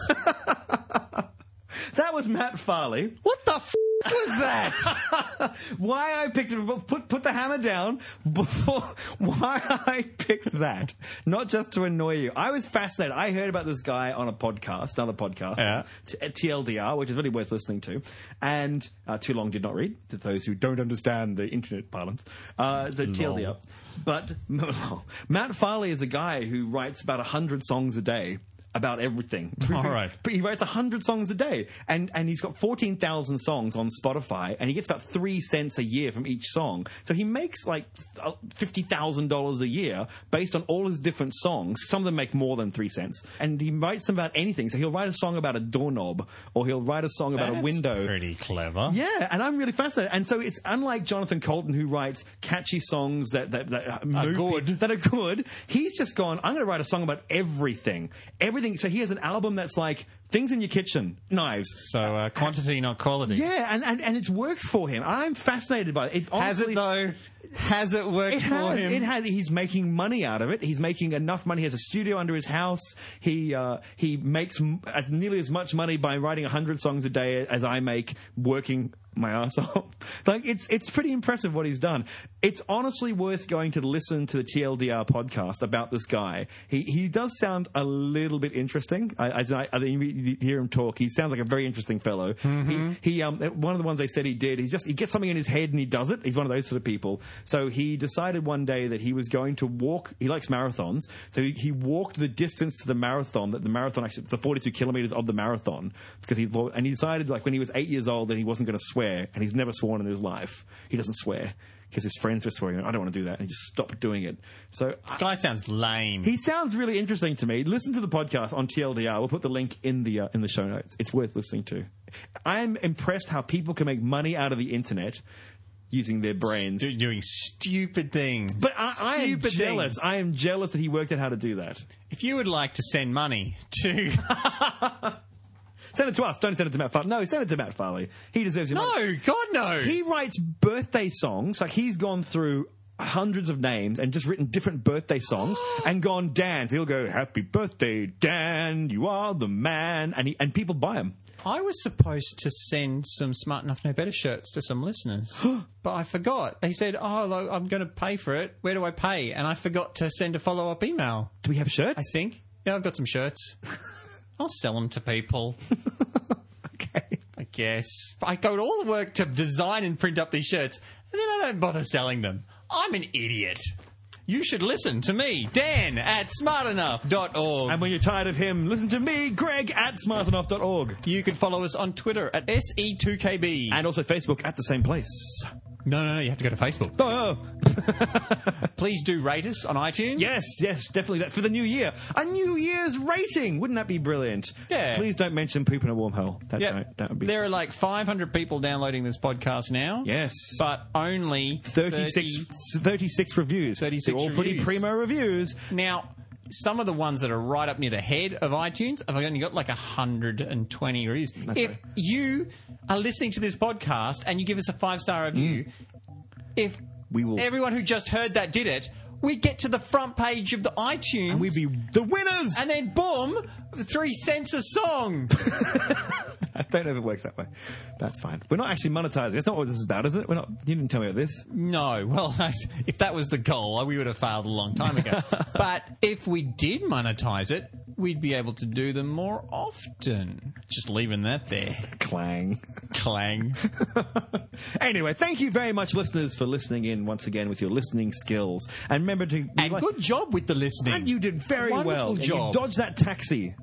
Speaker 3: That was Matt Farley.
Speaker 4: What the f?
Speaker 3: was that? why I picked it? Put put the hammer down before. Why I picked that? Not just to annoy you. I was fascinated. I heard about this guy on a podcast, another podcast,
Speaker 4: Yeah.
Speaker 3: t- TLDR, which is really worth listening to. And uh, too long did not read. To those who don't understand the internet parlance, uh, so TLDR. But Matt Farley is a guy who writes about hundred songs a day. About everything.
Speaker 4: All right.
Speaker 3: But he writes 100 songs a day, and, and he's got 14,000 songs on Spotify, and he gets about three cents a year from each song. So he makes like uh, $50,000 a year based on all his different songs. Some of them make more than three cents. And he writes them about anything. So he'll write a song about a doorknob, or he'll write a song about a
Speaker 4: That's
Speaker 3: window.
Speaker 4: Pretty clever.
Speaker 3: yeah, and I'm really fascinated. And so it's unlike Jonathan Colton, who writes catchy songs that that, that move
Speaker 4: Are good.
Speaker 3: people- that are good. He's just gone. I'm going to write a song about everything, everything. So he has an album that's like things in your kitchen, knives.
Speaker 4: So uh, quantity, not quality.
Speaker 3: Yeah, and, and, and it's worked for him. I'm fascinated by it. it
Speaker 4: Has
Speaker 3: honestly-
Speaker 4: it though? Has it worked
Speaker 3: It
Speaker 4: for
Speaker 3: has,
Speaker 4: him?
Speaker 3: it has. He's making money out of it. He's making enough money. He has a studio under his house. He uh, he makes m- uh, nearly as much money by writing hundred songs a day as I make working my ass off. like it's it's pretty impressive what he's done. It's honestly worth going to listen to the TLDR podcast about this guy. He he does sound a little bit interesting. I I, I, I think you hear him talk. He sounds like a very interesting fellow. He he um one of the ones they said he did. He just he gets something in his head and he does it. He's one of those sort of people. So he decided one day that he was going to walk. He likes marathons, so he, he walked the distance to the marathon that the marathon actually the 42 kilometers of the marathon because he thought- and he decided like when he was eight years old that he wasn't going to swear and he's never sworn in his life. He doesn't swear. Because his friends were swearing, I don't want to do that, and he just stopped doing it. So I-
Speaker 4: Guy sounds lame.
Speaker 3: he sounds really interesting to me. Listen to the podcast on TLDR. We'll put the link in the uh, in the show notes. It's worth listening to. I'm impressed how people can make money out of the internet using their brains.
Speaker 4: Do- doing stupid things.
Speaker 3: But I, I am
Speaker 4: Stupid
Speaker 3: jealous.
Speaker 4: things.
Speaker 3: I am jealous that he worked out how to do that.
Speaker 4: if you would like to send money to
Speaker 3: Send it to us. Don't send it to Matt Farley. No, send it to Matt Farley. He deserves your money.
Speaker 4: No, God no.
Speaker 3: He writes birthday songs. Like he's gone through hundreds of names and just written different birthday songs and gone Dan. He'll go Happy Birthday Dan, you are the man, and he, and people buy him.
Speaker 4: I was supposed to send some Smart Enough No Better shirts to some listeners, but I forgot. He said, "Oh, lo- I'm going to pay for it. Where do I pay?" And I forgot to send a follow up email.
Speaker 3: Do we have shirts?
Speaker 4: I think. Yeah, I've got some shirts. I'll sell them to people.
Speaker 3: Okay.
Speaker 4: I guess. I go to all the work to design and print up these shirts, and then I don't bother selling them. I'm an idiot. You should listen to me, Dan at smartenough.org.
Speaker 3: And when you're tired of him, listen to me, Greg at smartenough.org.
Speaker 4: You can follow us on Twitter at E SE2KB.
Speaker 3: And also Facebook at the same place.
Speaker 4: no, no, no, you have to go to Facebook.
Speaker 3: Oh,
Speaker 4: Please do rate us on iTunes.
Speaker 3: yes, yes, definitely that for the new year. A New Year's rating! Wouldn't that be brilliant?
Speaker 4: Yeah.
Speaker 3: Please don't mention poop in a wormhole. That,
Speaker 4: Yeah.
Speaker 3: don't- that would be.
Speaker 4: there are like 500 people downloading this podcast now.
Speaker 3: yes.
Speaker 4: But only
Speaker 3: 36,
Speaker 4: 30
Speaker 3: 36 reviews.
Speaker 4: 36
Speaker 3: They're all pretty
Speaker 4: reviews.
Speaker 3: primo reviews.
Speaker 4: Now, some of the ones that are right up near the head of iTunes have only got like 120 reviews. if
Speaker 3: right.
Speaker 4: you are listening to this podcast and you give us a five star review, if
Speaker 3: Mm. We will-
Speaker 4: everyone who just heard that did it, we get to the front page of the iTunes.
Speaker 3: We'd be the winners!
Speaker 4: and then boom, three cents a song.
Speaker 3: I don't know if it works that way. That's fine. We're not actually monetizing. That's not what this is about, is it? We're not. You didn't tell me about this.
Speaker 4: No, well, that's- if that was the goal, we would have failed a long time ago. but if we did monetize it, we'd be able to do them more often. Just leaving that there.
Speaker 3: Clang.
Speaker 4: Clang.
Speaker 3: Anyway, thank you very much, listeners, for listening in once again with your listening skills. And remember to.
Speaker 4: And good job with the listening.
Speaker 3: And you did very
Speaker 4: Wonderful
Speaker 3: well. And
Speaker 4: job.
Speaker 3: You dodged that taxi.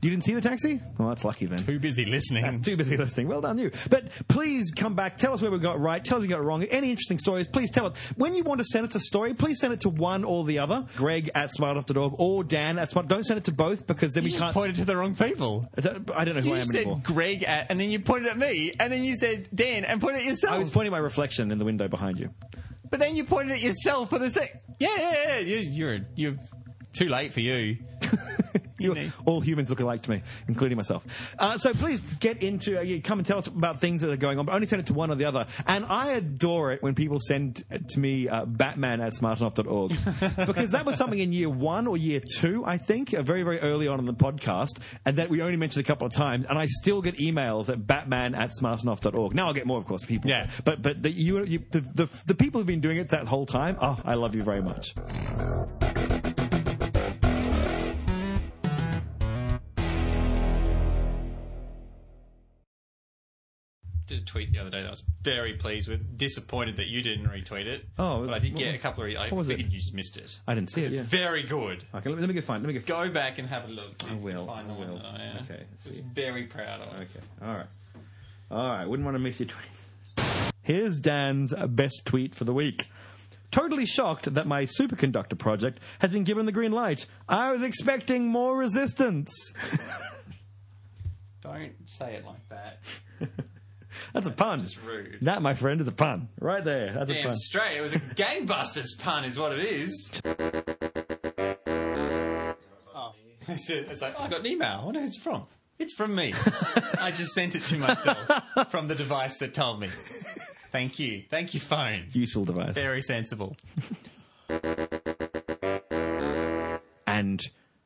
Speaker 3: You didn't see the taxi? Well, that's lucky then.
Speaker 4: Too busy listening.
Speaker 3: That's too busy listening. Well done, you. But please come back. Tell us where we got right. Tell us we got wrong. Any interesting stories, please tell it. When you want to send us a story, please send it to one or the other. Greg at smartafter.org or Dan at smart. Don't send it to both because then
Speaker 4: you
Speaker 3: we
Speaker 4: just
Speaker 3: can't.
Speaker 4: pointed to the wrong people.
Speaker 3: I don't know who
Speaker 4: You
Speaker 3: I am
Speaker 4: said
Speaker 3: anymore.
Speaker 4: Greg at, and then you pointed at me, and then you said Dan, and pointed at yourself.
Speaker 3: I was pointing my reflection in the window behind you.
Speaker 4: but then you pointed at yourself for the sec. Yeah, yeah, yeah. You, you're you're too late for you.
Speaker 3: You-
Speaker 4: know.
Speaker 3: all humans look alike to me, including myself. Uh, so please get into, uh, you come and tell us about things that are going on, but only send it to one or the other. And I adore it when people send to me uh, Batman at smartenough.org because that was something in year one or year two, I think, uh, very, very early on in the podcast, and that we only mentioned a couple of times. And I still get emails at batman at smartenough.org. Now I'll get more, of course, people.
Speaker 4: Yeah.
Speaker 3: But, but the, you, you, the, the, the people who've been doing it that whole time, oh, I love you very much.
Speaker 4: did a tweet the other day that I was very pleased with. Disappointed that you didn't retweet it.
Speaker 3: Oh,
Speaker 4: but I did
Speaker 3: what
Speaker 4: get
Speaker 3: was-
Speaker 4: a couple of. I
Speaker 3: what was it?
Speaker 4: figured you just missed it.
Speaker 3: I didn't see it.
Speaker 4: It's
Speaker 3: yeah.
Speaker 4: very good.
Speaker 3: Okay, let me, let me go find. Let me go.
Speaker 4: Go back and have a look. See
Speaker 3: I
Speaker 4: if you
Speaker 3: will,
Speaker 4: Find
Speaker 3: I
Speaker 4: the one
Speaker 3: will.
Speaker 4: that I uh,
Speaker 3: Okay,
Speaker 4: was
Speaker 3: see.
Speaker 4: very proud of.
Speaker 3: Okay. All right. All right. Wouldn't want to miss your tweet. Here's Dan's best tweet for the week. Totally shocked that my superconductor project has been given the green light. I was expecting more resistance.
Speaker 4: Don't say it like that.
Speaker 3: That's a pun.
Speaker 4: Just rude.
Speaker 3: That, my friend, is a pun. Right there. That's a
Speaker 4: Damn
Speaker 3: pun.
Speaker 4: straight. It was a gangbusters pun, is what it is. Oh, it's, it's like oh, I got an email. I wonder who it's from. It's from me. I just sent it to myself from the device that told me. Thank you. Thank you, phone.
Speaker 3: Useful device.
Speaker 4: Very sensible.
Speaker 3: And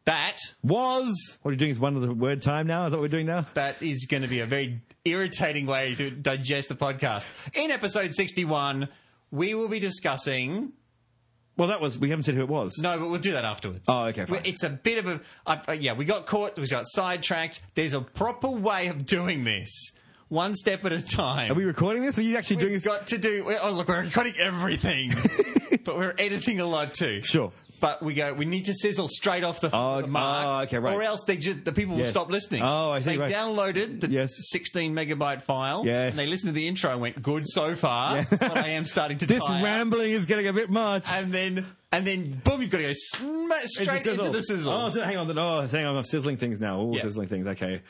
Speaker 4: That
Speaker 3: was. What are you doing? Is one of the word time now? Is that what we're doing now?
Speaker 4: that is going to be a very irritating way to digest the podcast. In episode sixty-one, we will be discussing
Speaker 3: Well, that was. We haven't said who it was.
Speaker 4: No, but we'll do that afterwards.
Speaker 3: Oh, okay, fine.
Speaker 4: It's a bit of a I- uh, yeah. We got caught. We got sidetracked. There's a proper way of doing this, one step at a time.
Speaker 3: Are we recording this? Are you actually doing
Speaker 4: We've
Speaker 3: this?
Speaker 4: got to do. we- Oh, look, we're recording everything, but we're editing a lot too.
Speaker 3: Sure.
Speaker 4: But we go. We need to sizzle straight off the,
Speaker 3: Oh,
Speaker 4: the mark.
Speaker 3: oh, okay, right.
Speaker 4: Or else they just the people
Speaker 3: Yes.
Speaker 4: will stop listening.
Speaker 3: Oh, I see,
Speaker 4: They
Speaker 3: right.
Speaker 4: downloaded the
Speaker 3: Yes.
Speaker 4: 16 megabyte file.
Speaker 3: Yes.
Speaker 4: And they listened to the intro and went, "Good so far, but I am starting to
Speaker 3: this
Speaker 4: tire."
Speaker 3: rambling is getting a bit much.
Speaker 4: and then and then boom, you've got to go sma straight into the sizzle.
Speaker 3: Oh, so hang on. Oh, hang on. I'm sizzling things now. Oh,
Speaker 4: Yeah.
Speaker 3: sizzling things. Okay.